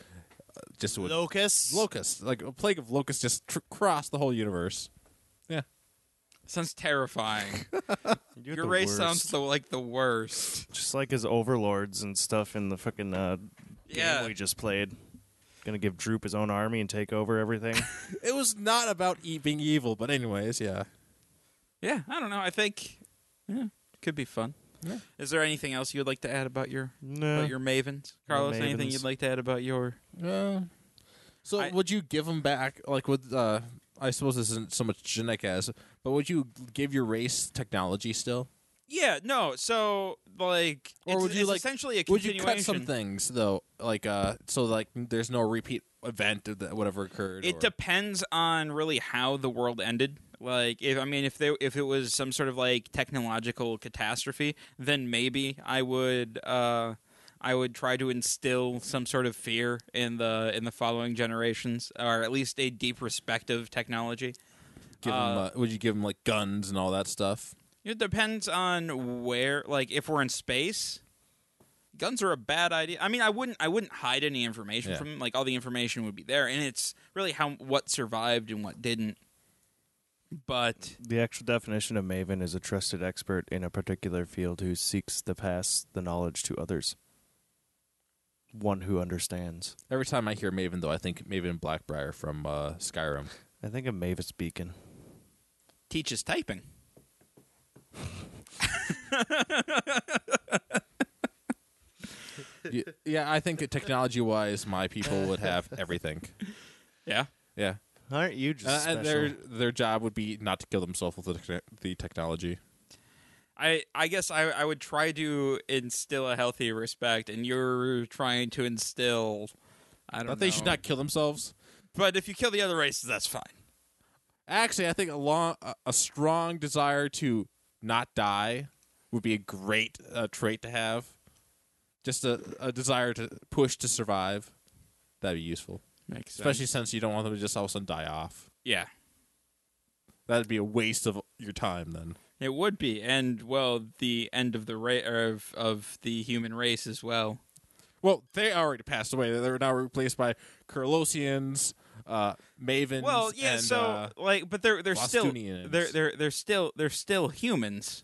[SPEAKER 2] uh, just would
[SPEAKER 3] Locusts.
[SPEAKER 2] locusts like a plague of locusts just tr- cross the whole universe. Yeah,
[SPEAKER 1] Sounds terrifying.
[SPEAKER 3] You're
[SPEAKER 1] Your
[SPEAKER 3] the
[SPEAKER 1] race
[SPEAKER 3] worst.
[SPEAKER 1] sounds the, like the worst.
[SPEAKER 3] just like his overlords and stuff in the fucking uh,
[SPEAKER 1] Yeah.
[SPEAKER 3] game we just played. Gonna give Droop his own army and take over everything.
[SPEAKER 2] it was not about e- being evil, but anyways, yeah.
[SPEAKER 1] Yeah, I don't know. I think yeah, could be fun.
[SPEAKER 2] Yeah.
[SPEAKER 1] Is there anything else you'd like to add about your
[SPEAKER 3] no,
[SPEAKER 1] about your mavens, Carlos? Anything
[SPEAKER 3] mavens.
[SPEAKER 1] you'd like to add about your?
[SPEAKER 2] Yeah. So
[SPEAKER 1] I-
[SPEAKER 2] would you give them back? Like, would uh, I suppose this isn't so much genetic as, but would you give your race technology still,
[SPEAKER 1] Yeah, no. So like,
[SPEAKER 2] or
[SPEAKER 1] it's-
[SPEAKER 2] would you
[SPEAKER 1] it's
[SPEAKER 2] like
[SPEAKER 1] essentially a
[SPEAKER 2] would
[SPEAKER 1] continuation?
[SPEAKER 2] you cut some things though? Like, uh, so like there's no repeat event of that whatever occurred.
[SPEAKER 1] It
[SPEAKER 2] or-
[SPEAKER 1] depends on really how the world ended. Like, if I mean, if they if it was some sort of like technological catastrophe, then maybe I would uh, I would try to instill some sort of fear in the in the following generations, or at least a deep respect of technology.
[SPEAKER 2] give 'em, uh, would you give them like guns and all that stuff?
[SPEAKER 1] It depends on where. Like, if we're in space, guns are a bad idea. I mean, I wouldn't. I wouldn't hide any information
[SPEAKER 2] Yeah.
[SPEAKER 1] from. 'em. Like, all the information would be there, and it's really how what survived and what didn't. But
[SPEAKER 3] The actual definition of maven is a trusted expert in a particular field who seeks to pass the knowledge to others. one who understands.
[SPEAKER 2] Every time I hear Maven, though, I think Maven Blackbriar from uh, Skyrim.
[SPEAKER 3] I think of Mavis Beacon.
[SPEAKER 1] Teaches typing.
[SPEAKER 2] Y- yeah, I think technology-wise, my people would have everything.
[SPEAKER 1] Yeah.
[SPEAKER 2] Yeah,
[SPEAKER 3] Aren't you
[SPEAKER 2] Uh,
[SPEAKER 3] just
[SPEAKER 2] and their their job would be not to kill themselves with the, techn- the technology.
[SPEAKER 1] I, I guess I, I would try to instill a healthy respect, and you're trying to instill. I don't
[SPEAKER 2] Not
[SPEAKER 1] know.
[SPEAKER 2] they should not kill themselves.
[SPEAKER 1] But if you kill the other races, that's fine.
[SPEAKER 2] Actually, I think a long, a, a strong desire to not die would be a great uh, trait to have. Just a, a desire to push to survive. That'd be useful,
[SPEAKER 1] Makes
[SPEAKER 2] especially since you don't want them to just all of a sudden die off.
[SPEAKER 1] Yeah.
[SPEAKER 2] That'd be a waste of your time then.
[SPEAKER 1] It would be, and well, the end of the ra- or of of the human race as well.
[SPEAKER 2] Well, they already passed away. They were now replaced by Kurlosians, uh, Mavens.
[SPEAKER 1] Well, yeah.
[SPEAKER 2] and,
[SPEAKER 1] so
[SPEAKER 2] uh,
[SPEAKER 1] like, but they're they're still
[SPEAKER 2] Bostonians.
[SPEAKER 1] they're they're they're still they're still humans.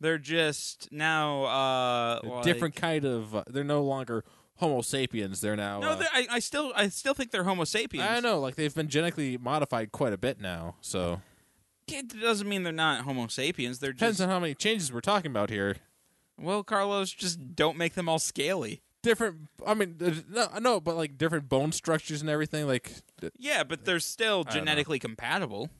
[SPEAKER 1] They're just now uh
[SPEAKER 2] a
[SPEAKER 1] like-
[SPEAKER 2] different kind of. Uh, they're no longer Homo sapiens. They're now.
[SPEAKER 1] No,
[SPEAKER 2] uh,
[SPEAKER 1] they're- I I still I still think they're Homo sapiens.
[SPEAKER 2] I know, like they've been genetically modified quite a bit now. So
[SPEAKER 1] It doesn't mean they're not Homo sapiens. They're
[SPEAKER 2] depends
[SPEAKER 1] just
[SPEAKER 2] on how many changes we're talking about here.
[SPEAKER 1] well, Carlos, just don't make them all scaly.
[SPEAKER 2] Different. I mean, there's- no, no, but like different bone structures and everything. Like, d-
[SPEAKER 1] Yeah, but they're still
[SPEAKER 2] don't know.
[SPEAKER 1] genetically compatible.
[SPEAKER 2] Oh,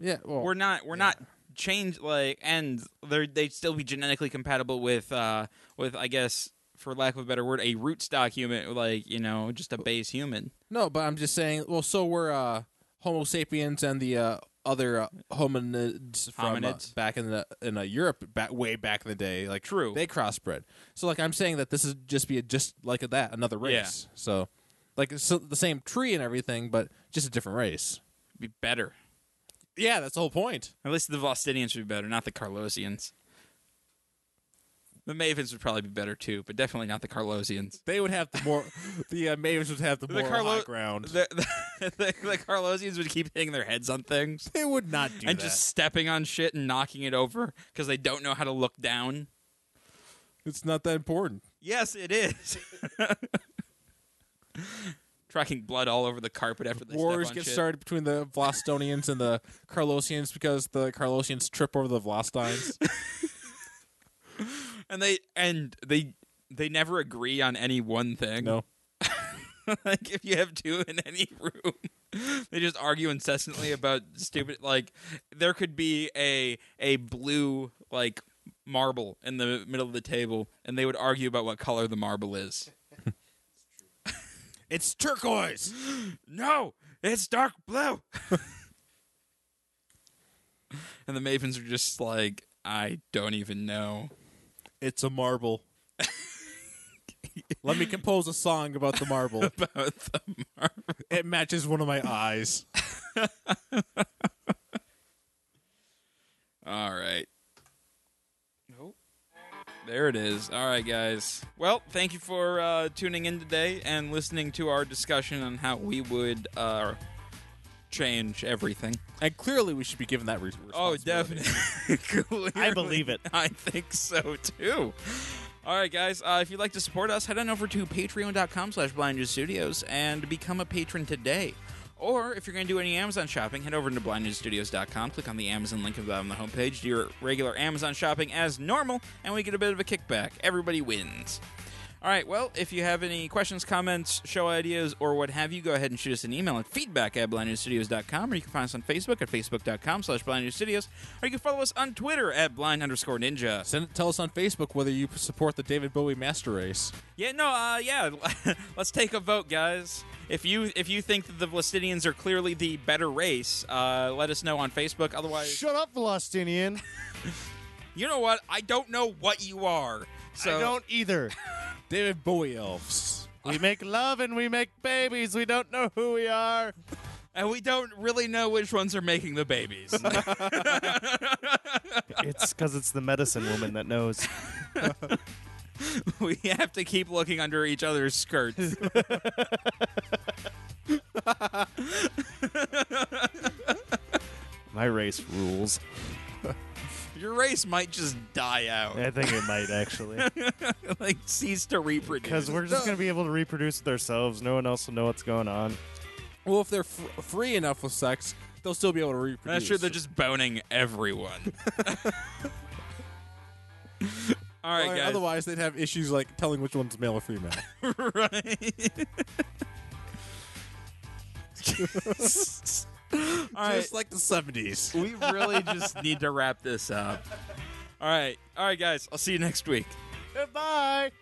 [SPEAKER 2] yeah, well,
[SPEAKER 1] we're not we're not change like and they they'd still be genetically compatible with uh with I guess for lack of a better word a rootstock human like you know just a base human.
[SPEAKER 2] no, but I'm just saying. Well, so were uh, Homo sapiens and the uh, other uh, hominids, from, uh,
[SPEAKER 1] Hominids.
[SPEAKER 2] back in the in uh, Europe, back, way back in the day. Like,
[SPEAKER 1] True.
[SPEAKER 2] they crossbred. So, like, I'm saying that this is just be a, just like that another race. So, like, it's the same tree and everything, but just a different race.
[SPEAKER 1] be better.
[SPEAKER 2] Yeah, that's the whole point.
[SPEAKER 1] At least the Vostinians would be better, not the Carlosians. The Mavens would probably be better too, but definitely not the Carlosians.
[SPEAKER 2] They would have the more. the uh, Mavens would have the, moral
[SPEAKER 1] Carlo-
[SPEAKER 2] high ground.
[SPEAKER 1] The, the, the, the Carlosians would keep hitting their heads on things
[SPEAKER 2] they would not do
[SPEAKER 1] and just stepping on shit and knocking it over because they don't know how to look down.
[SPEAKER 2] it's not that important.
[SPEAKER 1] Yes, it is. Tracking blood all over the carpet after they step
[SPEAKER 2] Wars
[SPEAKER 1] on
[SPEAKER 2] get
[SPEAKER 1] shit.
[SPEAKER 2] started between the Vlastonians and the Carlosians because the Carlosians trip over the Vlastines.
[SPEAKER 1] and they and they they never agree on any one thing.
[SPEAKER 2] no,
[SPEAKER 1] like if you have two in any room, they just argue incessantly about stupid. Like there could be a a blue like marble in the middle of the table, and they would argue about what color the marble is.
[SPEAKER 2] it's turquoise.
[SPEAKER 1] No, it's dark blue. and the Mavens are just like, I don't even know.
[SPEAKER 2] It's a marble. Let me compose a song about the marble.
[SPEAKER 1] About the marble.
[SPEAKER 2] it matches one of my eyes.
[SPEAKER 1] All right. Nope. There it is. All right, guys. Well, thank you for uh, tuning in today and listening to our discussion on how we would uh, change everything.
[SPEAKER 2] And clearly, we should be given that re- responsibility.
[SPEAKER 1] Oh, definitely.
[SPEAKER 3] I believe it.
[SPEAKER 1] I think so too. All right, guys. Uh, if you'd like to support us, head on over to patreon.com slash blindnewsstudios and become a patron today. Or if you're going to do any Amazon shopping, head over to blindnewsstudios.com, click on the Amazon link at the bottom of the homepage, do your regular Amazon shopping as normal, and we get a bit of a kickback. Everybody wins. All right, well, if you have any questions, comments, show ideas, or what have you, go ahead and shoot us an email at feedback at blindnewsstudios.com, or you can find us on Facebook at facebook.com slash blindnewsstudios, or you can follow us on Twitter at blind underscore ninja.
[SPEAKER 2] Send, tell us on Facebook whether you support the David Bowie master race.
[SPEAKER 1] Yeah, no, uh, yeah. Let's take a vote, guys. If you if you think that the Vlastinians are clearly the better race, uh, let us know on Facebook. Otherwise,
[SPEAKER 3] Shut up, Velostinian.
[SPEAKER 1] you know what? I don't know what you are. So
[SPEAKER 3] I don't either.
[SPEAKER 2] David Bowie elves.
[SPEAKER 3] We make love and we make babies. We don't know who we are.
[SPEAKER 1] and we don't really know which ones are making the babies.
[SPEAKER 3] It's because it's the medicine woman that knows.
[SPEAKER 1] we have to keep looking under each other's skirts.
[SPEAKER 3] My race rules.
[SPEAKER 1] Your race might just die out.
[SPEAKER 3] I think it might actually.
[SPEAKER 1] like cease to reproduce.
[SPEAKER 3] Because we're just
[SPEAKER 2] No.
[SPEAKER 3] going to be able to reproduce it ourselves. No one else will know what's going on.
[SPEAKER 2] Well, if they're f- free enough with sex, they'll still be able to reproduce.
[SPEAKER 1] That's true. They're just boning everyone. All right,
[SPEAKER 2] Or
[SPEAKER 1] guys.
[SPEAKER 2] Otherwise, they'd have issues like telling which one's male or female.
[SPEAKER 1] right. All right.
[SPEAKER 2] Just like the seventies.
[SPEAKER 1] we really just need to wrap this up. All right. All right, guys. I'll see you next week.
[SPEAKER 3] Goodbye.